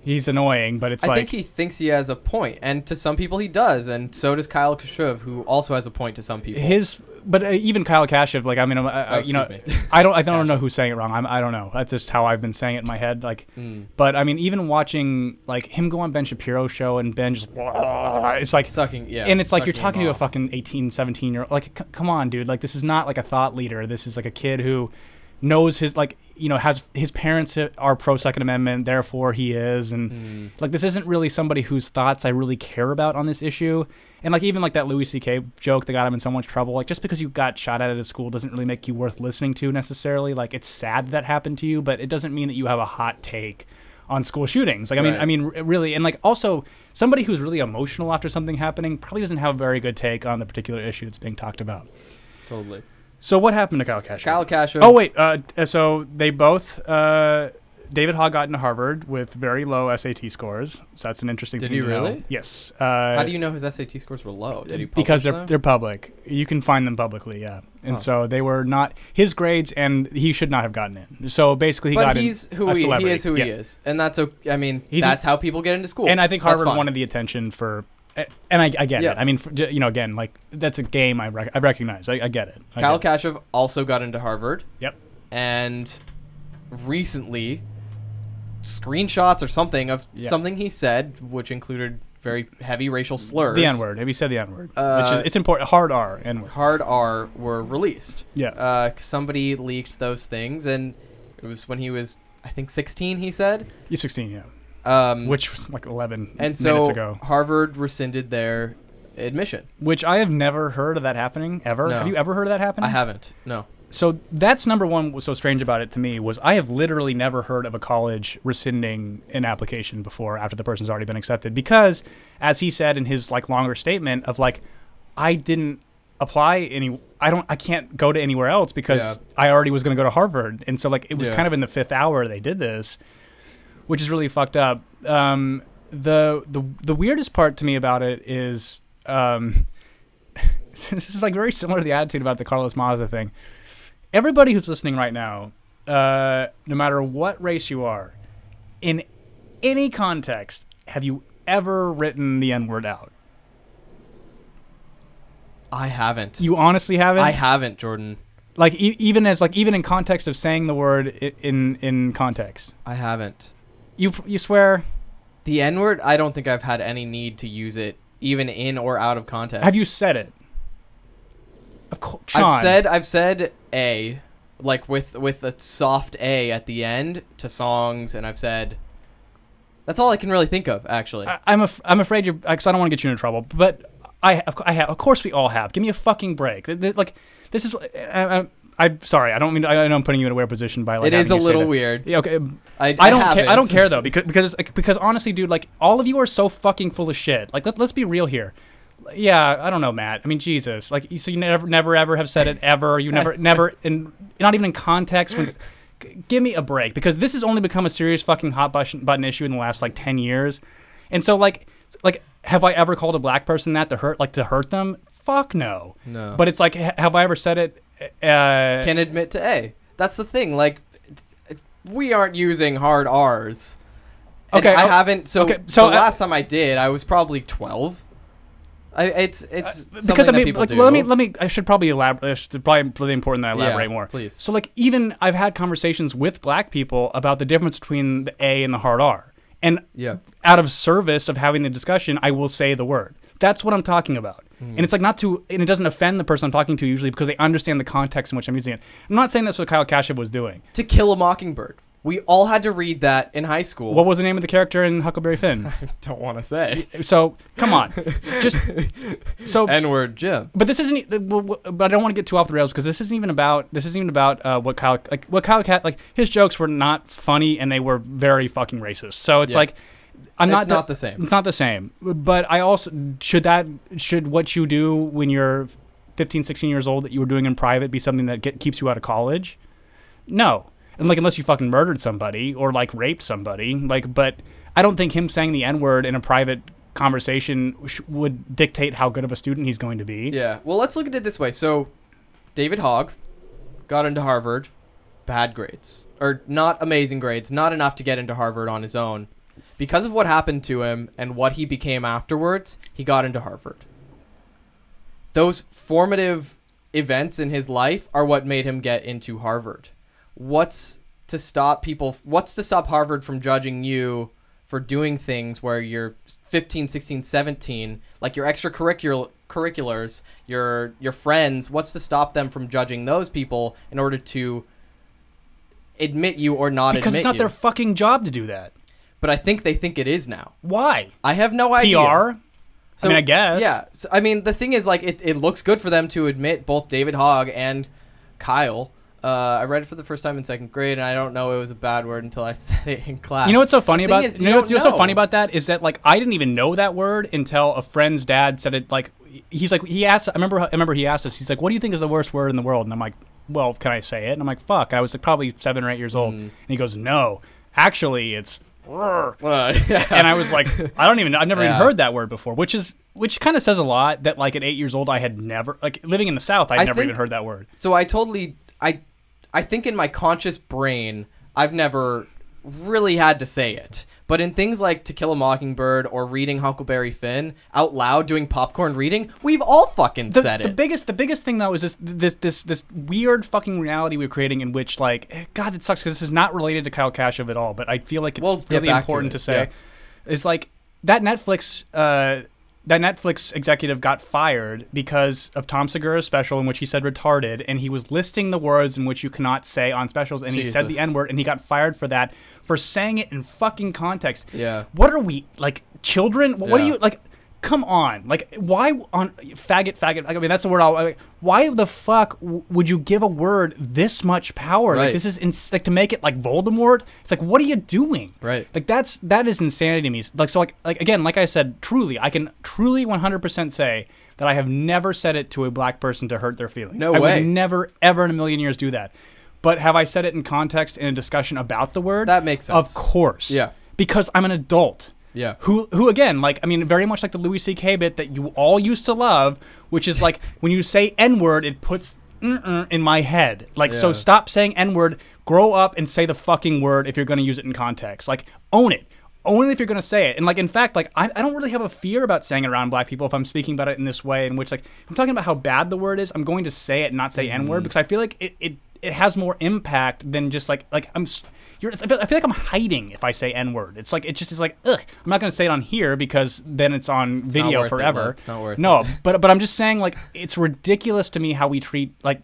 S1: he's annoying, but it's
S2: I
S1: like
S2: think he thinks he has a point, and to some people he does, and so does Kyle Khrushchev, who also has a point to some people.
S1: his but uh, even Kyle Kashev, like I mean, I, I,
S2: Oh,
S1: you know,
S2: excuse me.
S1: I don't I don't
S2: Kashev.
S1: know who's saying it wrong. I'm, I don't know. That's just how I've been saying it in my head. Like,
S2: Mm.
S1: but I mean, even watching like him go on Ben Shapiro's show and Ben just, it's like,
S2: sucking, yeah,
S1: and it's like you're
S2: sucking him
S1: talking to a
S2: off.
S1: fucking 18, 17 year old. Like, c- come on, dude. Like, this is not like a thought leader. This is like a kid who knows his like you know has his parents are pro second amendment therefore he is and
S2: Mm.
S1: like this isn't really somebody whose thoughts I really care about on this issue. And like even like that Louis C.K. joke that got him in so much trouble, like just because you got shot at at a school doesn't really make you worth listening to necessarily. Like it's sad that happened to you, but it doesn't mean that you have a hot take on school shootings. Like I mean,
S2: Right.
S1: I mean r- really, and like also somebody who's really emotional after something happening probably doesn't have a very good take on the particular issue that's being talked about.
S2: totally.
S1: So what happened to Kyle Kasich?
S2: Kyle Khrushchev.
S1: Oh wait, uh, t- so they both uh, David Hogg got into Harvard with very low SAT scores. So that's an interesting
S2: Did
S1: thing.
S2: he
S1: to know.
S2: really?
S1: Yes. Uh,
S2: How do you know his SAT scores were low? Did he publish
S1: because they're
S2: them?
S1: they're public. You can find them publicly, yeah. And
S2: Huh.
S1: so they were not his grades, and he should not have gotten in. So basically, he
S2: but
S1: got in
S2: he's who
S1: a
S2: he, he
S1: celebrity.
S2: is. Who
S1: Yeah.
S2: he is, and that's okay. I mean,
S1: He's-
S2: that's how people get into school.
S1: And I think
S2: That's
S1: Harvard
S2: fine.
S1: wanted the attention for, a- and I, I get
S2: Yeah.
S1: it. I mean, for, j- you know, again, like that's a game I rec- I recognize. I, I get it. I
S2: Kyle
S1: get it.
S2: Kashev also got into Harvard,
S1: Yep.
S2: and recently, screenshots or something of
S1: Yeah.
S2: something he said, which included very heavy racial slurs.
S1: The N word. Have you said the N word?
S2: Uh,
S1: Which is it's important. Hard R. N word.
S2: Hard R were released.
S1: Yeah.
S2: Uh, somebody leaked those things, and it was when he was, I think, 16. He said.
S1: E sixteen. Yeah.
S2: Um,
S1: which was like 11
S2: and
S1: minutes
S2: so
S1: ago.
S2: Harvard rescinded their admission.
S1: Which I have never heard of that happening ever.
S2: No.
S1: Have you ever heard of that happening?
S2: I haven't. No.
S1: So that's number one. Was so strange about it to me was I have literally never heard of a college rescinding an application before after the person's already been accepted because, as he said in his like longer statement of like, I didn't apply any. I don't. I can't go to anywhere else because
S2: Yeah.
S1: I already was going to go to Harvard. And so like it was
S2: Yeah.
S1: kind of in the fifth hour they did this. which is really fucked up. Um, the the the weirdest part to me about it is um, this is like very similar to the attitude about the Carlos Maza thing. Everybody who's listening right now, uh, no matter what race you are, in any context, have you ever written the N word out?
S2: I haven't.
S1: You honestly haven't.
S2: I haven't, Jordan.
S1: like e- even as like even in context of saying the word i- in in context,
S2: I haven't.
S1: you you swear.
S2: The N word, I don't think I've had any need to use it, even in or out of context.
S1: Have you said it? Of course,
S2: I've said I've said a, like with with a soft a at the end to songs, and I've said. That's all I can really think of, actually.
S1: I, I'm af- I'm afraid you're because I don't want to get you into trouble, but I of, cou- I have of course we all have. Give me a fucking break. Th- th- like this is I, I, I'm sorry. I don't mean I, I know I'm putting you in a weird position by like
S2: it is a
S1: having you say
S2: little
S1: that.
S2: weird.
S1: Yeah, okay.
S2: I,
S1: I don't care. I
S2: haven't.
S1: don't care though because because it's, because honestly, dude, like all of you are so fucking full of shit. Like let, let's be real here. Yeah, I don't know, Matt. I mean, Jesus. Like, you- so you never, never, ever have said it ever. You never, never, in not even in context. With, g- give me a break because this has only become a serious fucking hot button, button issue in the last like ten years, and so like, like, have I ever called a black person that to hurt, like, to hurt them? Fuck no.
S2: No.
S1: But it's like, ha- have I ever said it? Uh,
S2: can admit to a. That's the thing. Like, it's- it- we aren't using hard R's. And
S1: Okay,
S2: I
S1: oh,
S2: haven't. So,
S1: okay, so,
S2: the
S1: uh,
S2: last time I did, I was probably twelve. I, it's it's
S1: Uh, because I
S2: something that
S1: mean,
S2: people
S1: like,
S2: do.
S1: let me let me. I should probably elaborate. It's probably really important that I
S2: Yeah,
S1: elaborate more.
S2: please.
S1: So like, even I've had conversations with black people about the difference between the A and the hard R, and
S2: Yeah.
S1: out of service of having the discussion, I will say the word. That's what I'm talking about.
S2: Hmm.
S1: And it's like not to, and it doesn't offend the person I'm talking to usually because they understand the context in which I'm using it. I'm not saying that's what Kyle Kashev was doing.
S2: To Kill a Mockingbird. We all had to read that in high school.
S1: What was the name of the character in Huckleberry Finn?
S2: don't want to say.
S1: so come on, just so
S2: N word Jim.
S1: But this isn't. e- w- w- But I don't want to get too off the rails because this isn't even about. This isn't even about uh, what Kyle like. What Kyle Cat like his jokes were not funny and they were very fucking racist. So it's
S2: Yeah.
S1: like, I'm
S2: It's
S1: not.
S2: not the same.
S1: It's not the same. But I also should that should what you do when you're 15, 16 years old that you were doing in private be something that get, keeps you out of college? No. And like, unless you fucking murdered somebody or like raped somebody, like, but I don't think him saying the N word in a private conversation sh- would dictate how good of a student he's going to be.
S2: Yeah. Well, let's look at it this way. So, David Hogg got into Harvard, bad grades, or not amazing grades, not enough to get into Harvard on his own. Because of what happened to him and what he became afterwards, he got into Harvard. Those formative events in his life are what made him get into Harvard. What's to stop people what's to stop Harvard from judging you for doing things where you're 15 16 17 like your extracurricular curriculars your your friends what's to stop them from judging those people in order to admit you or not
S1: Because
S2: admit
S1: it's not
S2: you
S1: their fucking job to do that.
S2: but i think they think it is now
S1: Why?
S2: i have no idea
S1: PR? I mean, I guess.
S2: yeah so, i mean the thing is like it, it looks good for them to admit both david hogg and kyle uh, I read it for the first time in second grade, and I don't know it was a bad word until I said it in class.
S1: You know what's so funny
S2: The thing
S1: about
S2: is,
S1: you know what's
S2: don't
S1: what's so funny
S2: know.
S1: about that is that like I didn't even know that word until a friend's dad said it. Like he's like he asked. I remember I remember he asked us. He's like, "What do you think is the worst word in the world?" And I'm like, "Well, can I say it?" And I'm like, "Fuck!" I was like probably seven or eight years
S2: Mm.
S1: old, and he goes, "No, actually, it's." "Rrr."
S2: Uh, yeah.
S1: And I was like, I don't even. know. I've never
S2: Yeah.
S1: even heard that word before, which is which kind of says a lot that like at eight years old I had never like living in the South I'd
S2: I
S1: never
S2: think-
S1: even heard that word.
S2: So I totally I I think in my conscious brain I've never really had to say it. But in things like To Kill a Mockingbird or reading Huckleberry Finn out loud doing popcorn reading, we've all fucking
S1: the,
S2: said
S1: the
S2: it.
S1: biggest the biggest thing though is this this this this weird fucking reality we're creating in which like eh, God it sucks because this is not related to Kyle Kashev at all, but I feel like it's
S2: We'll get
S1: really
S2: back to
S1: important
S2: it,
S1: to, say is like that Netflix uh, that Netflix executive got fired because of Tom Segura's special in which he said retarded and he was listing the words in which you cannot say on specials and he said the
S2: Jesus.
S1: N word and he got fired for that for saying it in fucking context.
S2: Yeah.
S1: What are we like children? What are
S2: Yeah.
S1: you like? Come on, like why on faggot, faggot? I mean, that's the word. I'll, like, why the fuck w- would you give a word this much power?
S2: Right.
S1: Like this is ins- like to make it like Voldemort. It's like what are you doing?
S2: Right.
S1: Like that's that is insanity to me. Like so, like like again, like I said, truly, I can truly 100% say that I have never said it to a black person to hurt their feelings.
S2: No
S1: I
S2: way.
S1: would never ever in a million years do that. But have I said it in context in a discussion about the word?
S2: That makes sense.
S1: Of course.
S2: Yeah.
S1: Because I'm an adult.
S2: Yeah.
S1: Who who again, like I mean, very much like the Louis C.K. bit that you all used to love, which is like when you say N word, it puts "mm-mm" in my head. Like so,
S2: Yeah.
S1: stop saying N word. Grow up and say the fucking word if you're going to use it in context. Like own it. Own it if you're going to say it. And like in fact, like I, I don't really have a fear about saying it around black people if I'm speaking about it in this way, in which like I'm talking about how bad the word is. I'm going to say it, and not say
S2: Mm-hmm.
S1: N word, because I feel like it. it it has more impact than just like like I'm. s- You're, I, feel, I feel like I'm hiding if I say N word. It's like it just is like ugh. I'm not gonna say it on here because then it's on
S2: not
S1: video
S2: worth it,
S1: forever.
S2: Will. It's not worth
S1: no, but but I'm just saying like it's ridiculous to me how we treat like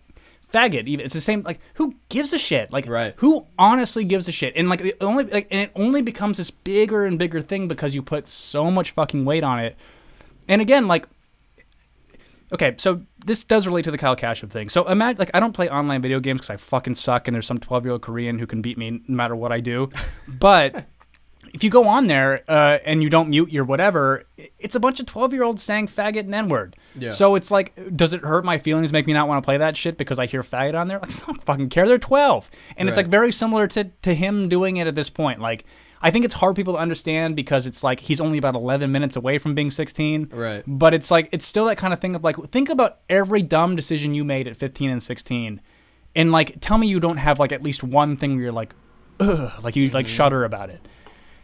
S1: faggot. Even it's the same like who gives a shit? Like
S2: Right.
S1: who honestly gives a shit? And like the only like and it only becomes this bigger and bigger thing because you put so much fucking weight on it. And again, like okay, so this does relate to the Kyle Kashev thing. So imagine, like, I don't play online video games because I fucking suck, and there's some 12 year old Korean who can beat me no matter what I do. But if you go on there uh, and you don't mute your whatever, i- it's a bunch of 12 year olds saying faggot and N word.
S2: Yeah.
S1: So it's like, does it hurt my feelings, make me not want to play that shit because I hear faggot on there? Like, I don't fucking care. They're 12. And it's
S2: Right.
S1: like very similar to, to him doing it at this point. Like, I think it's hard people to understand because it's like he's only about 11 minutes away from being 16.
S2: Right.
S1: But it's like it's still that kind of thing of like think about every dumb decision you made at 15 and 16, and like tell me you don't have like at least one thing where you're like, ugh, like you like shudder about it.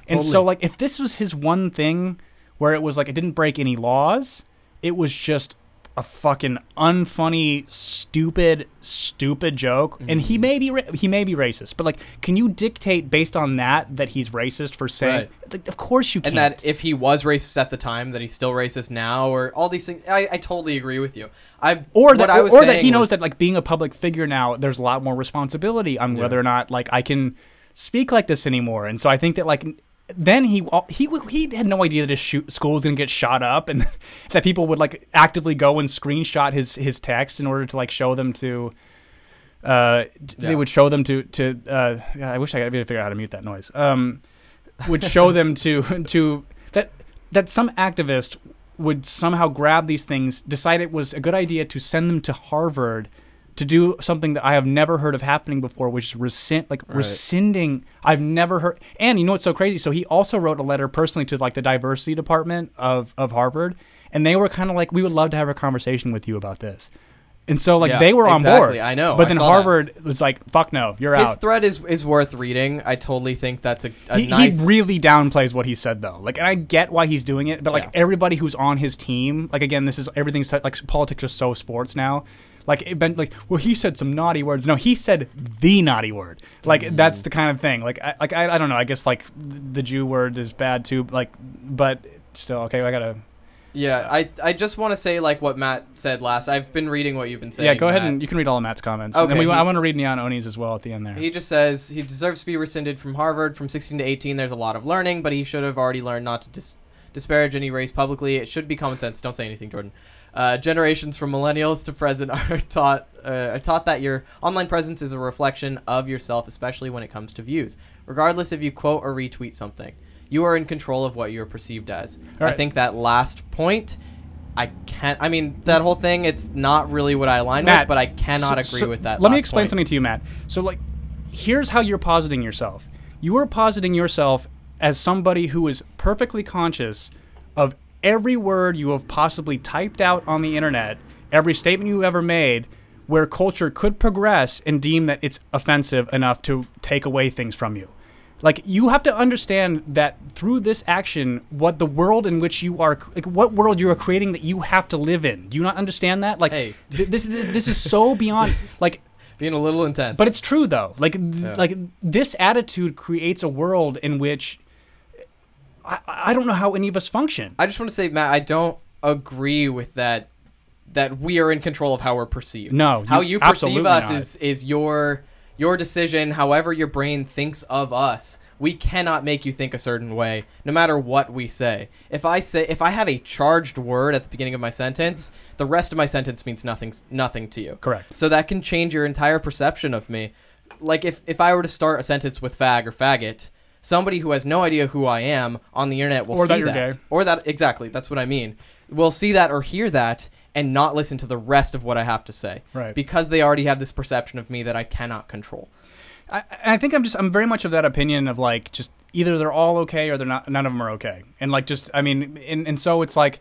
S1: And so
S2: Mm-hmm. Totally.
S1: like if this was his one thing where it was like it didn't break any laws, it was just a fucking unfunny, stupid, stupid joke.
S2: Mm-hmm.
S1: And he may be ra- he may be racist, but like, can you dictate based on that that he's racist for saying? Like, of course you can.
S2: and that if he was racist at the time, that he's still racist now, or all these things. I, I totally agree with you. I
S1: or
S2: what
S1: that
S2: I was
S1: or that
S2: saying
S1: he knows
S2: was-
S1: that like being a public figure now there's a lot more responsibility on whether or not like I can speak like this anymore and so I think that like n- then he al- he w- he had no idea that his shoot, school was gonna get shot up and that people would like actively go and screenshot his his text in order to like show them to uh d-
S2: Yeah.
S1: they would show them to to uh God, I wish I could figure out how to mute that noise um would show them to to that that some activist would somehow grab these things, decide it was a good idea to send them to Harvard to do something that I have never heard of happening before, which is rescind, like rescinding. I've never heard. And you know what's so crazy? So he also wrote a letter personally to like the diversity department of of Harvard, and they were kind of like, "We would love to have a conversation with you about this." And so like
S2: Yeah,
S1: they were on board.
S2: exactly. I know.
S1: But
S2: I
S1: then
S2: saw that.
S1: Harvard was like, "Fuck no, you're
S2: His
S1: out."
S2: thread is, is worth reading. I totally think that's a, a
S1: he, he
S2: nice.
S1: really downplays what he said though like and i get why he's doing it but like
S2: Yeah.
S1: everybody who's on his team like again this is everything's so- like politics are so sports now like it been like well he said some naughty words no he said the naughty word like
S2: Mm.
S1: that's the kind of thing like i like i, I don't know i guess like th- the jew word is bad too like but still okay i gotta
S2: yeah, I I just want to say like what Matt said last. I've been reading what you've been saying.
S1: yeah go ahead
S2: Matt.
S1: and you can read all of matt's comments and
S2: Okay,
S1: then we, i
S2: he-
S1: want to read neon onis as well at the end there
S2: He just says he deserves to be rescinded from Harvard from 16 to 18. There's a lot of learning, but he should have already learned not to dis- disparage any race publicly. It should be common sense. Don't say anything, Jordan. Uh, generations from millennials to present are taught uh, are taught that your online presence is a reflection of yourself, especially when it comes to views. Regardless if you quote or retweet something, you are in control of what you're perceived as. I
S1: right.
S2: think that last point. I can't. I mean, that whole thing. It's not really what I align with, but I cannot
S1: so-
S2: agree
S1: so
S2: with that.
S1: Let me
S2: last
S1: explain
S2: point.
S1: something to you, Matt. So, like, here's how you're positing yourself. You are positing yourself as somebody who is perfectly conscious of every word you have possibly typed out on the internet, every statement you ever made, where culture could progress and deem that it's offensive enough to take away things from you. Like you have to understand that through this action, what the world in which you are, like what world you are creating that you have to live in. Do you not understand that? Like
S2: Hey.
S1: th- this this is so beyond like
S2: Being a little intense.
S1: but it's true though like th- like this attitude creates a world in which I, I don't know how any of us function
S2: I just want to say, Matt, I don't agree with that. That we are in control of how we're perceived.
S1: No,
S2: how
S1: you-
S2: you perceive
S1: absolutely
S2: us
S1: not.
S2: is is your your decision. However, your brain thinks of us. We cannot make you think a certain way, no matter what we say. If I say if I have a charged word at the beginning of my sentence, the rest of my sentence means nothing nothing to you.
S1: Correct.
S2: So that can change your entire perception of me. Like if if I were to start a sentence with fag or faggot, somebody who has no idea who I am on the internet will
S1: Or
S2: see
S1: that you're gay.
S2: or that exactly that's what i mean will see that or hear that and not listen to the rest of what i have to say
S1: Right.
S2: because they already have this perception of me that i cannot control
S1: I, and I think I'm just I'm very much of that opinion of like just either they're all okay or they're not none of them are okay and like just I mean and and so it's like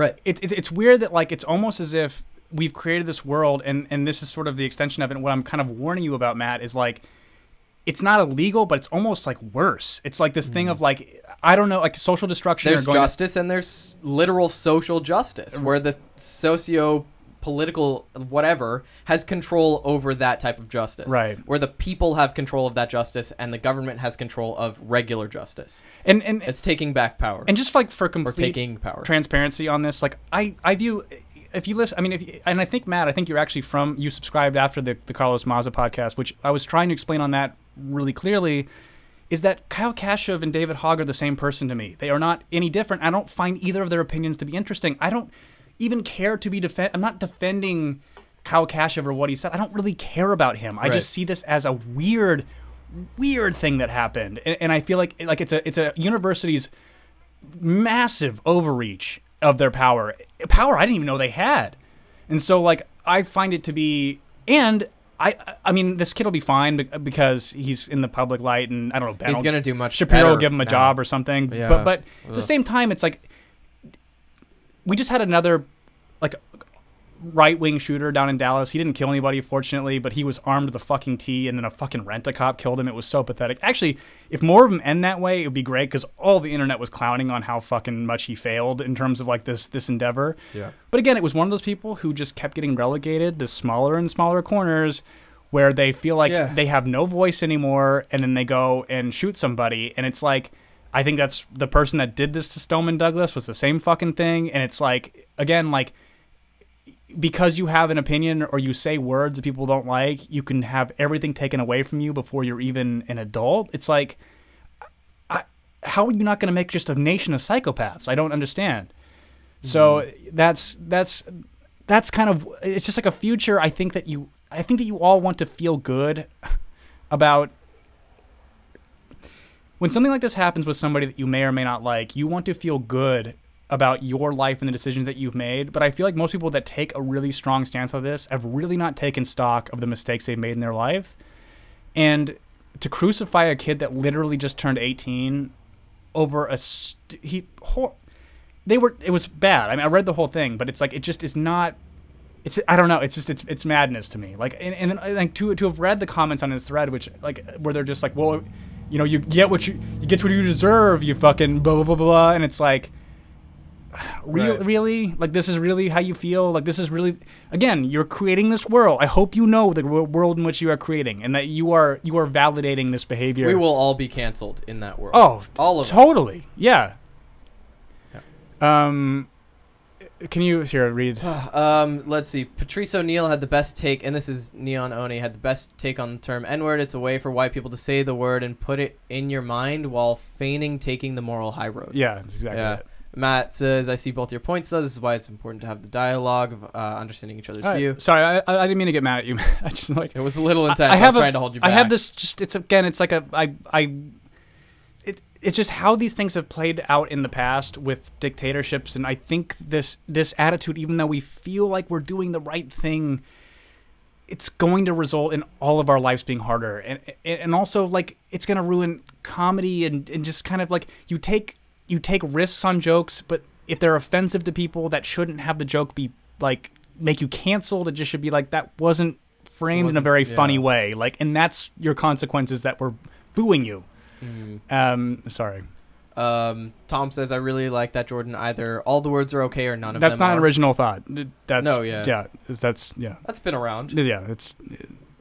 S2: right
S1: it, it, it's weird that like it's almost as if we've created this world and and this is sort of the extension of it and what i'm kind of warning you about matt is like it's not illegal but it's almost like worse it's like this thing of like i don't know like social destruction
S2: there's
S1: or going to-
S2: justice and there's literal social justice where the socio political whatever has control over that type of justice
S1: Right.
S2: where the people have control of that justice and the government has control of regular justice
S1: and and
S2: it's taking back power
S1: and just like for complete
S2: taking power.
S1: transparency on this like i i view if you listen i mean if you, and i think matt i think you're actually from you subscribed after the, the carlos maza podcast which i was trying to explain on that really clearly is that kyle kashev and david hogg are the same person to me they are not any different i don't find either of their opinions to be interesting i don't even care to be defend i'm not defending kyle kashev or what he said i don't really care about him i
S2: Right.
S1: just see this as a weird weird thing that happened and, and i feel like like it's a it's a university's massive overreach of their power power i didn't even know they had and so like i find it to be and i i mean this kid will be fine be- because he's in the public light and i don't know Ben
S2: He's
S1: will-
S2: gonna do much
S1: shapiro will
S2: better
S1: give him a
S2: now.
S1: job or something
S2: Yeah.
S1: but but at the
S2: Ugh.
S1: same time it's like we just had another like right wing shooter down in Dallas. He didn't kill anybody, fortunately, but he was armed with a fucking T, and then a fucking rent a cop killed him. It was so pathetic. Actually, if more of them end that way, it would be great because all the internet was clowning on how fucking much he failed in terms of like this this endeavor.
S2: Yeah.
S1: But again, it was one of those people who just kept getting relegated to smaller and smaller corners. Where they feel like
S2: Yeah.
S1: they have no voice anymore, and then they go and shoot somebody, and it's like, I think that's the person that did this to Stoneman Douglas was the same fucking thing, and it's like, again, like because you have an opinion or you say words that people don't like, you can have everything taken away from you before you're even an adult. It's like, I, how are you not going to make just a nation of psychopaths? I don't understand. So that's that's that's kind of it's just like a future. I think that you I think that you all want to feel good about when something like this happens with somebody that you may or may not like. You want to feel good about your life and the decisions that you've made. But I feel like most people that take a really strong stance on this have really not taken stock of the mistakes they've made in their life. And to crucify a kid that literally just turned 18 over a st- he hor- they were it was bad. I mean, I read the whole thing, but it's like it just is not. It's I don't know. It's just it's it's madness to me. Like and and then like to to have read the comments on his thread, which like where they're just like, well, you know, you get what you you get what you deserve. You fucking blah blah blah blah, and it's like. Real,
S2: Right.
S1: really like this is really how you feel like this is really again you're creating this world i hope you know the wor- world in which you are creating and that you are you are validating this behavior
S2: We will all be canceled in that world.
S1: Oh,
S2: all of us.
S1: totally. Yeah. Um, can you here read?
S2: Um, let's see. Patrice O'Neill had the best take, and this is Neon Oni had the best take on the term N-word. It's a way for white people to say the word and put it in your mind while feigning taking the moral high road.
S1: yeah, that's exactly
S2: Yeah.
S1: it.
S2: Matt says, "I see both your points, though. This is why it's important to have the dialogue of uh, understanding each other's
S1: All right.
S2: view."
S1: Sorry, I, I I didn't mean to get mad at you. I just like
S2: It was a little intense. I, was trying to hold you back.
S1: I have this just it's again it's like a I I it it's just how these things have played out in the past with dictatorships and I think this this attitude even though we feel like we're doing the right thing it's going to result in all of our lives being harder and and also like it's going to ruin comedy and and just kind of like you take you take risks on jokes but if they're offensive to people that shouldn't have the joke be like make you canceled it just should be like that wasn't framed in a
S2: Wasn't-
S1: very
S2: yeah.
S1: funny way like and that's your consequences that were booing you
S2: Mm.
S1: um sorry
S2: Um, Tom says, "I really like that Jordan. Either all the words are okay, or none of them
S1: that's not an
S2: are."
S1: original thought that's
S2: No, yeah.
S1: yeah it's- that's yeah
S2: That's been around.
S1: yeah it's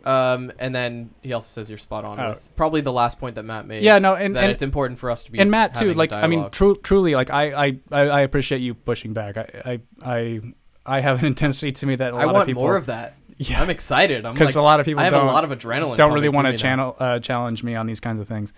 S2: Um, and then he also says you're spot on
S1: Oh.
S2: with probably the last point that Matt made.
S1: Yeah, no, and-
S2: that
S1: and-
S2: it's important for us to be
S1: and Matt too.
S2: having a
S1: Like I mean,
S2: dialogue.
S1: tru- truly, like I, I, I, I appreciate you pushing back. I, I, I, I have an intensity to me that a
S2: I
S1: lot
S2: want
S1: of people
S2: more of that.
S1: Yeah.
S2: I'm excited. I'm
S1: 'Cause
S2: like,
S1: a lot of people
S2: I have
S1: don't-
S2: a lot of adrenaline.
S1: don't really
S2: pumping
S1: want
S2: through me
S1: to
S2: now.
S1: channel uh, challenge me on these kinds of things.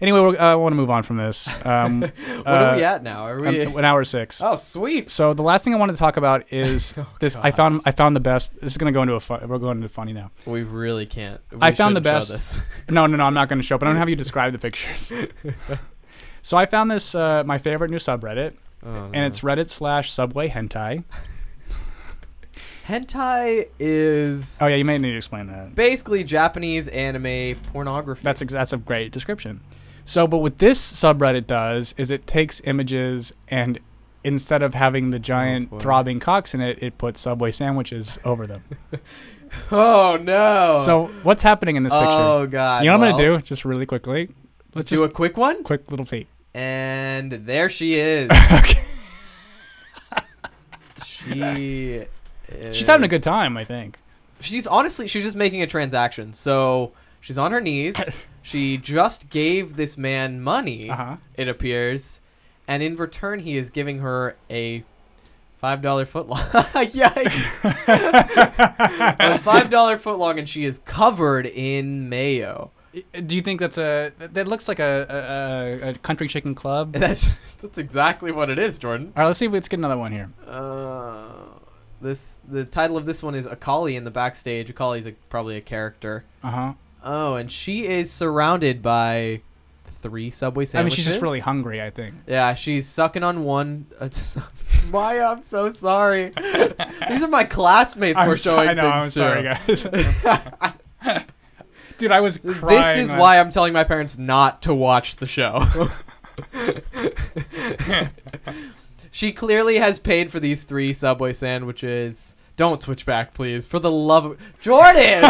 S1: Anyway, we're, uh, I want to move on from this. Um,
S2: What are we at now? Are we?
S1: an hour six.
S2: oh, sweet.
S1: So the last thing I wanted to talk about is
S2: Oh,
S1: this. I
S2: God.
S1: found I found the best. This is gonna go into a fun, we're going into funny now.
S2: We really can't. We
S1: I found the
S2: shouldn't
S1: best.
S2: show this.
S1: No, no, no. I'm not going to show up. I don't have you describe the pictures. so I found this uh, my favorite new subreddit,
S2: Oh, no.
S1: and it's Reddit slash Subway Hentai.
S2: hentai is
S1: Oh yeah, you may need to explain that.
S2: basically Japanese anime pornography.
S1: That's a, that's a great description. So, but what this subreddit does is it takes images and instead of having the giant
S2: Oh, boy.
S1: throbbing cocks in it, it puts Subway sandwiches over them.
S2: oh no.
S1: So, what's happening in this picture?
S2: Oh god.
S1: you know what I'm
S2: well,
S1: gonna do? Just really quickly. Let's
S2: do
S1: just
S2: a quick one,
S1: quick little peek.
S2: and there she is.
S1: okay.
S2: She.
S1: She's having a
S2: is-
S1: good time, I think.
S2: She's honestly, she's just making a transaction. So she's on her knees. she just gave this man money.
S1: Uh-huh.
S2: It appears, and in return, he is giving her a five dollar footlong. Yikes!
S1: Uh-huh.
S2: a five dollar footlong, and she is covered in mayo.
S1: Do you think that's a that- that looks like a a, a- a country chicken club? All
S2: That's that's exactly what it is, Jordan.
S1: right, let's see if let's get another one here.
S2: Uh, this the title of this one is Akali in the backstage. Akali's a, probably a character.
S1: Uh huh.
S2: Oh, and she is surrounded by three subway sandwiches.
S1: I mean, she's just really hungry, I think.
S2: Yeah, she's sucking on one. Why? I'm so sorry. These are my classmates.
S1: I'm
S2: we're
S1: so-
S2: showing
S1: I know, I'm
S2: things
S1: sorry,
S2: to.
S1: guys. Dude, I was crying.
S2: this is
S1: when-
S2: why I'm telling my parents not to watch the show. she clearly has paid for these three Subway sandwiches. Don't switch back, please. For the love of Jordan,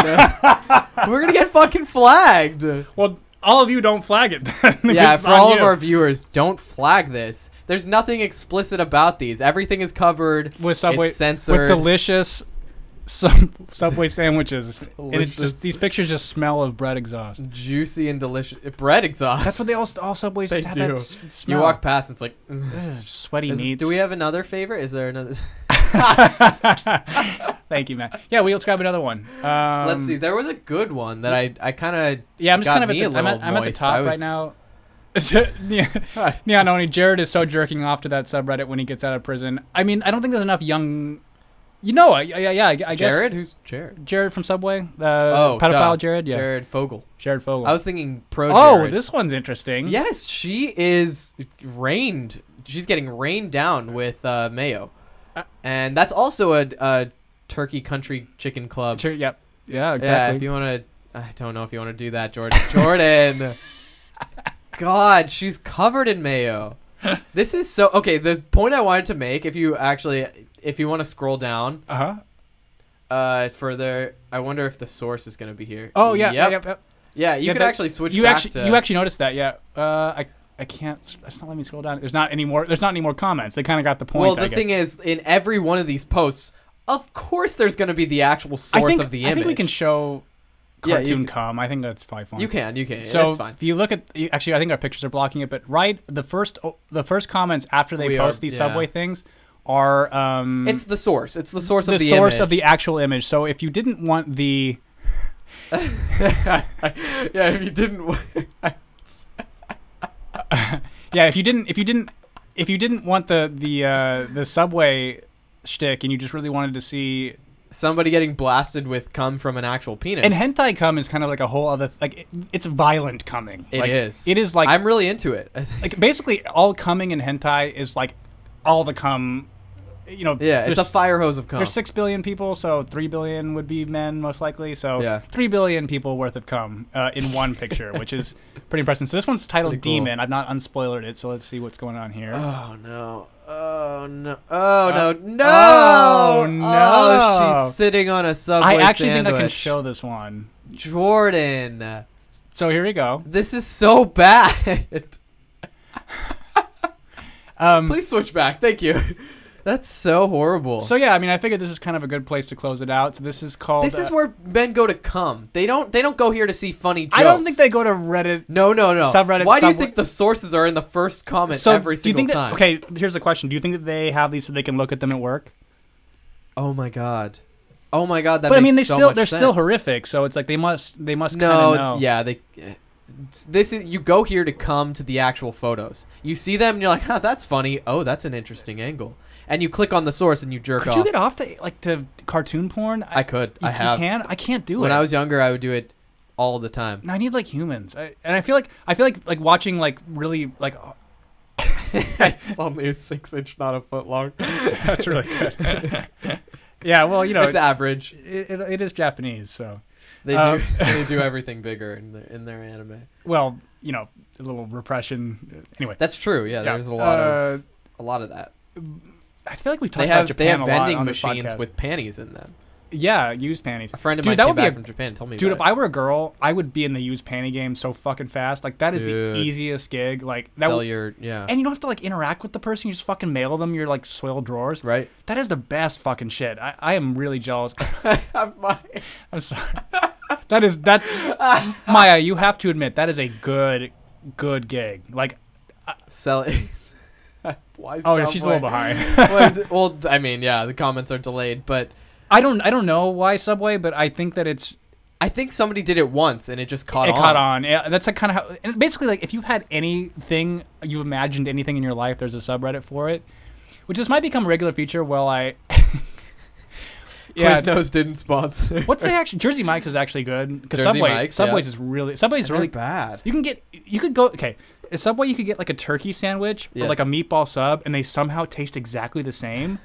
S2: we're gonna get fucking flagged.
S1: Well, all of you don't flag it. Then.
S2: yeah,
S1: This is
S2: for
S1: on
S2: all of
S1: you.
S2: our viewers, don't flag this. There's nothing explicit about these. Everything is covered
S1: with subway
S2: It's censored.
S1: with delicious sub, subway sandwiches, and it's
S2: Delicious.
S1: just these pictures just smell of bread exhaust.
S2: juicy and delicious bread exhaust.
S1: That's what they all all subways
S2: They
S1: have
S2: do.
S1: that s- smell.
S2: You walk past, and it's like. ugh.
S1: Ugh, sweaty
S2: Is-
S1: meats.
S2: do we have another favorite? Is there another?
S1: Thank you, Matt. Yeah, we'll grab another one. Um,
S2: Let's see. There was a good one that I I kind of
S1: Yeah, I'm just
S2: got
S1: kind of at
S2: me
S1: the,
S2: a
S1: I'm at,
S2: little
S1: I'm at the
S2: moist.
S1: top
S2: I was-
S1: right now. yeah, yeah, no, Jared is so jerking off to that subreddit when he gets out of prison. I mean, I don't think there's enough young. You know, I, I, yeah, I, I guess
S2: Jared, who's Jared?
S1: Jared from Subway, the
S2: Oh,
S1: pedophile
S2: duh.
S1: Jared, yeah, Jared,
S2: Jared Fogle.
S1: Fogle.
S2: I was thinking pro.
S1: oh,
S2: Jared.
S1: this one's interesting.
S2: Yes, she is reigned she's getting rained down with uh, mayo, and that's also a, a Turkey Country Chicken Club.
S1: Sure, yep. Yeah,
S2: Yeah,
S1: exactly.
S2: if you want to, I don't know if you want to do that, Jordan. Jordan, God, she's covered in mayo. This is so okay. The point I wanted to make, if you actually, if you want to scroll down
S1: uh huh.
S2: uh, further, I wonder if the source is going to be here.
S1: Oh yeah, yeah,
S2: Yep.
S1: yep, yep.
S2: Yeah, you
S1: Yeah,
S2: could
S1: that-
S2: actually switch.
S1: You
S2: back
S1: actually,
S2: to,
S1: you actually noticed that, yeah. Uh, I, I can't. It's not letting me scroll down. There's not any more. There's not any more comments. They kind of got the point.
S2: Well,
S1: I
S2: the
S1: guess.
S2: thing is, in every one of these posts, of course, there's going to be the actual
S1: I
S2: source
S1: think,
S2: of the
S1: I
S2: image.
S1: think we can show
S2: Yeah, you
S1: cartoon
S2: can-
S1: com. I think that's probably fine.
S2: you can, you can.
S1: So
S2: it's fine.
S1: if you look at actually, I think our pictures are blocking it. But right, the first oh, the first comments after they
S2: We
S1: post
S2: are-
S1: these
S2: yeah.
S1: subway things are um,
S2: It's the source. It's the source
S1: the,
S2: of the
S1: source
S2: image.
S1: of the actual image. So if you didn't want the
S2: yeah, if you didn't.
S1: yeah, if you didn't if you didn't if you didn't want the the uh, the subway shtick and you just really wanted to see
S2: somebody getting blasted with cum from an actual penis.
S1: and hentai cum is kind of like a whole other like it, it's violent coming.
S2: It
S1: like,
S2: is.
S1: It is like
S2: I'm really into it. I think.
S1: like basically all coming in hentai is like all the cum. You know,
S2: Yeah, it's a
S1: there's-
S2: fire hose of cum.
S1: There's six billion people, so three billion would be men most likely. So
S2: Yeah.
S1: three billion people worth of cum uh, in one picture, which is pretty impressive. So this one's titled
S2: Pretty cool.
S1: "Demon." I've not unspoilered it, so let's see what's going on here.
S2: oh no. Oh no. Oh no. No.
S1: Uh, oh, no.
S2: Oh, she's sitting on a subway
S1: I actually think I can
S2: sandwich.
S1: show this one.
S2: Jordan.
S1: So here we go.
S2: This is so bad.
S1: Um,
S2: Please switch back. Thank you. That's so horrible.
S1: so yeah, I mean, I figured this is kind of a good place to close it out. So this is called.
S2: this is
S1: uh,
S2: where men go to cum. They don't. They don't go here to see funny jokes.
S1: I don't think they go to Reddit.
S2: No, no, no.
S1: Subreddit,
S2: Why do you
S1: subway-
S2: think the sources are in the first comment
S1: So
S2: every
S1: do you
S2: single
S1: think
S2: time?
S1: that? Okay, here's the question: Do you think that they have these so they can look at them at work?
S2: Oh my god. Oh my god. That.
S1: but I
S2: makes
S1: mean, they
S2: so
S1: still
S2: much
S1: they're still
S2: sense.
S1: horrific. So it's like they must they must kind of
S2: No.
S1: know.
S2: Yeah. They. This is you go here to come to the actual photos. You see them and you're like, huh, that's funny. Oh, that's an interesting angle. And you click on the source and you jerk
S1: Could
S2: off.
S1: you get off to like to cartoon porn?
S2: I could.
S1: You,
S2: I
S1: you
S2: have.
S1: can. I can't do
S2: when
S1: it.
S2: I was younger, I would do it all the time.
S1: No, I need like humans. I, and I feel like I feel like like watching like really like. oh,
S2: it's only a six inch, not a foot long.
S1: That's really good. yeah. Well, you know,
S2: it's
S1: it,
S2: average.
S1: it, it is Japanese, so
S2: They do.
S1: Um,
S2: they do everything bigger in their, in their anime.
S1: well, you know, a little repression. uh, Anyway,
S2: That's true. Yeah,
S1: yeah.
S2: there's a lot of
S1: Uh,
S2: a lot of that.
S1: I feel like we talked
S2: They
S1: about
S2: have they
S1: Japan
S2: have
S1: a lot
S2: vending
S1: on this
S2: machines
S1: podcast.
S2: with panties in them.
S1: yeah used panties.
S2: A friend of mine
S1: Dude, that
S2: came
S1: would be
S2: back
S1: a-
S2: from Japan. and Told me,
S1: Dude, if
S2: about it.
S1: I were a girl, I would be in the used panty game so fucking fast. Like that is
S2: Dude.
S1: the easiest gig. Like that,
S2: sell
S1: w-
S2: your yeah,
S1: and you don't have to like interact with the person. You just fucking mail them your like swill drawers.
S2: right?
S1: That is the best fucking shit. I, I am really jealous. I'm sorry. that is that Maya. You have to admit that is a good good gig. Like
S2: sell. Why?
S1: oh yeah, she's a little
S2: Subway?
S1: behind.
S2: Why is it- well, I mean, yeah, the comments are delayed, but
S1: I don't I don't know why Subway, but I think that it's
S2: I think somebody did it once and it just caught
S1: it
S2: on.
S1: caught on. Yeah, that's a kind of how. And basically, like if you've had anything, you imagined anything in your life, there's a subreddit for it, which this might become a regular feature. Well, I. yeah.
S2: Quiznos didn't sponsor.
S1: What's the actually Jersey Mike's is actually good because
S2: Jersey
S1: Subway
S2: Mike's, yeah.
S1: Subway's is really Subway's
S2: They're
S1: really
S2: bad?
S1: You can get you could go okay. At Subway you could get like a turkey sandwich or like a
S2: Yes.
S1: meatball sub and they somehow taste exactly the same.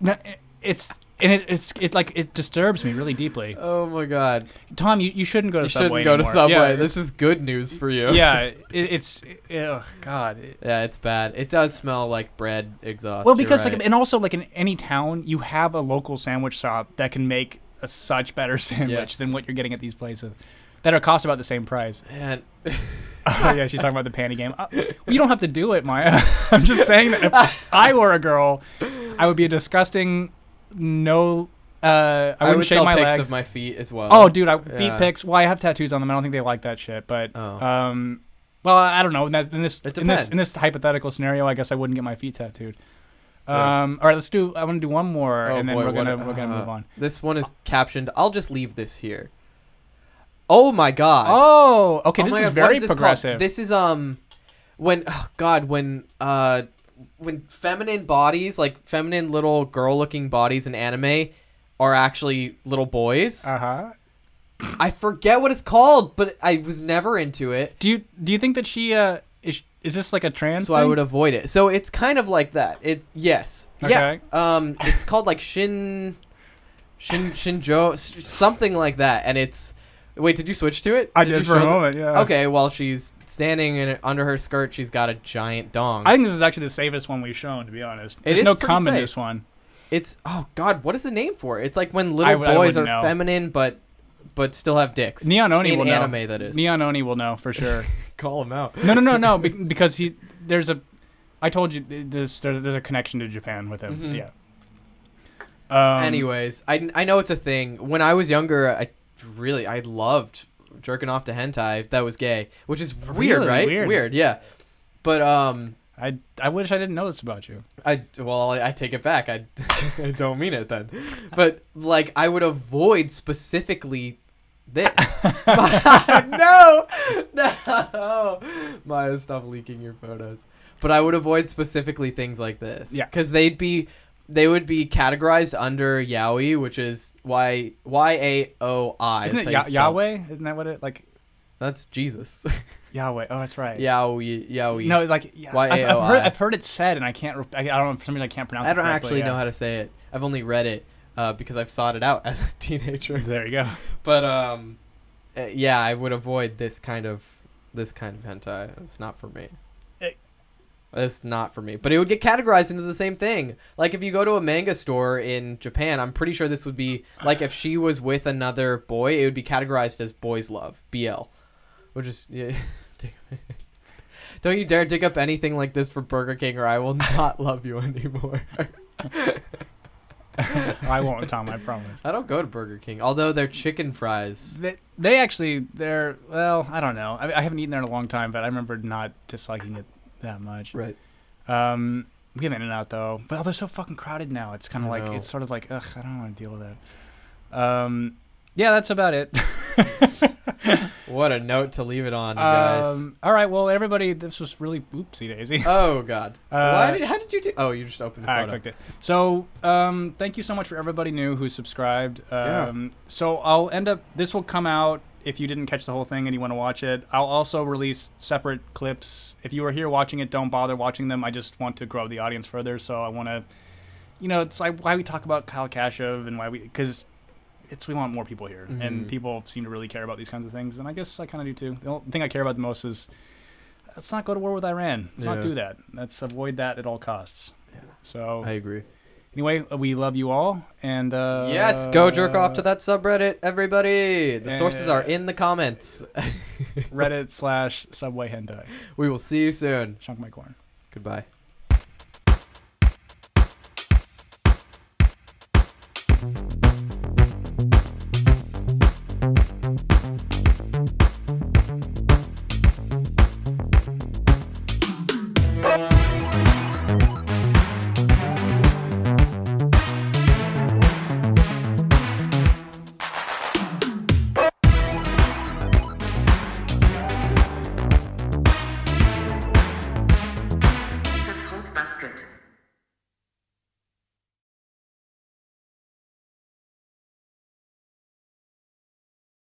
S1: No, it- it's and it, it's it like it disturbs me really deeply.
S2: Oh my god!
S1: Tom, you, you shouldn't go to
S2: You
S1: Subway.
S2: shouldn't go to
S1: anymore.
S2: Subway.
S1: Yeah,
S2: this is good news for you.
S1: yeah, it, it's ugh, God. It-
S2: Yeah, it's bad. It does smell like bread exhaust.
S1: well,
S2: you're
S1: because
S2: right.
S1: like, and also like in any town, you have a local sandwich shop that can make a such better sandwich
S2: Yes.
S1: than what you're getting at these places that are cost about the same price.
S2: Man.
S1: oh yeah, she's talking about the panty game. Uh, you don't have to do it, Maya. I'm just saying that if I were a girl, I would be a disgusting no. Uh, I wouldn't
S2: I, would
S1: shave
S2: sell
S1: my
S2: pics
S1: legs.
S2: of my feet as well.
S1: Oh, dude, I feet
S2: Yeah.
S1: pics. Well, I have tattoos on them. I don't think they like that shit. But
S2: Oh.
S1: um, well, I don't know. In, that, in this,
S2: It
S1: in this,
S2: depends.
S1: in this hypothetical scenario, I guess I wouldn't get my feet tattooed.
S2: Yeah.
S1: Um, all right, let's do. I want to do one more,
S2: Oh,
S1: and then
S2: boy,
S1: we're
S2: what
S1: gonna
S2: a-
S1: we're gonna move
S2: uh,
S1: on.
S2: This one is captioned. I'll just leave this here. Oh my god.
S1: Oh, okay.
S2: Oh
S1: this
S2: my
S1: is
S2: God, what
S1: very
S2: this called?
S1: progressive.
S2: This is um when oh god, when uh when feminine bodies, like feminine little girl looking bodies in anime are actually little boys.
S1: Uh huh.
S2: I forget what it's called, but I was never into it.
S1: Do you do you think that she uh is Is this like a trans?
S2: so I
S1: thing?
S2: would avoid it. So it's kind of like that. It yes,
S1: Okay.
S2: yeah. Um, it's called like Shin, Shin Shinjo, s- something like that. And it's wait, did you switch to it?
S1: I did,
S2: you
S1: for a
S2: show-
S1: moment. Yeah.
S2: Okay, well she's standing in, under her skirt. She's got a giant dong.
S1: I think this is actually the safest one we've shown, to be honest. There's
S2: is
S1: no
S2: pretty
S1: cum in
S2: safe.
S1: this one.
S2: it's oh god, what is the name for it? It's like when
S1: I
S2: little
S1: w- I
S2: boys are
S1: wouldn't know.
S2: feminine but but still have dicks.
S1: Neon Oni
S2: in
S1: will know.
S2: anime that is.
S1: Neon Oni will know for sure.
S2: Call them out.
S1: no, no, no, no, be- because he there's a. I told you th- this. There, there's a connection to Japan with him.
S2: Mhm.
S1: Yeah. Um,
S2: Anyways, I, I know it's a thing. When I was younger, I really I loved jerking off to hentai that was gay, which is weird,
S1: Really
S2: right?
S1: weird.
S2: yeah. But um,
S1: I I wish I didn't know this about you.
S2: I well I, I take it back. I, I don't mean it then. But like I would avoid specifically this. no, no, Maya, stop leaking your photos. But I would avoid specifically things like this.
S1: Yeah.
S2: because they'd be they would be categorized under yaoi, which is y y a o i.
S1: Isn't it
S2: that's
S1: Ya
S2: how you spell
S1: Yahweh? Isn't that what it like?
S2: That's Jesus.
S1: Yahweh. Oh, that's right.
S2: yaoi, yaoi.
S1: No, like yeah, I've, I've
S2: YAOI.
S1: heard I've heard it said, and I can't. re- I, I don't. know, For some reason, I can't pronounce.
S2: I don't
S1: it correctly,
S2: actually
S1: yeah.
S2: know how to say it. I've only read it uh, because I've sought it out as a teenager.
S1: There you go.
S2: But um, uh, yeah, I would avoid this kind of this kind of hentai. It's not for me.
S1: Eh.
S2: It's not for me. But it would get categorized into the same thing. Like if you go to a manga store in Japan, I'm pretty sure this would be like if she was with another boy, it would be categorized as boys love BL, which is yeah. dig- Don't you dare dig up anything like this for Burger King, or I will not love you anymore.
S1: I won't, Tom. I promise.
S2: I don't go to Burger King, although their chicken fries.
S1: They, they actually, they're well. I don't know. I, I haven't eaten there in a long time, but I remember not disliking it that much.
S2: Right.
S1: Um, we have In and Out though, but oh, they're so fucking crowded now. It's kind
S2: I
S1: of like
S2: know.
S1: it's sort of like ugh, I don't want to deal with that. Um, yeah, that's about it.
S2: What a note to leave it on, guys.
S1: um, all right, well, everybody, this was really oopsie daisy.
S2: oh God.
S1: Uh,
S2: Why did? How did you do? Oh, you just opened the
S1: I
S2: photo.
S1: clicked it. So, um, thank you so much for everybody new who subscribed. Um, So I'll end up. This will come out if you didn't catch the whole thing and you want to watch it. I'll also release separate clips. If you are here watching it, don't bother watching them. I just want to grow the audience further. So I want to, you know, it's like why we talk about Kyle Kashev and why we because. It's we want more people here, and
S2: Mhm.
S1: people seem to really care about these kinds of things, and I guess I kind of do too. The only thing I care about the most is let's not go to war with Iran. Let's not
S2: Yeah.
S1: do that. Let's avoid that at all costs. So
S2: I agree.
S1: anyway, we love you all, and uh,
S2: yes, go jerk off to that subreddit, everybody. The sources are
S1: uh,
S2: in the comments.
S1: Reddit slash Subway Hentai.
S2: we will see you soon.
S1: Chunk my corn.
S2: Goodbye.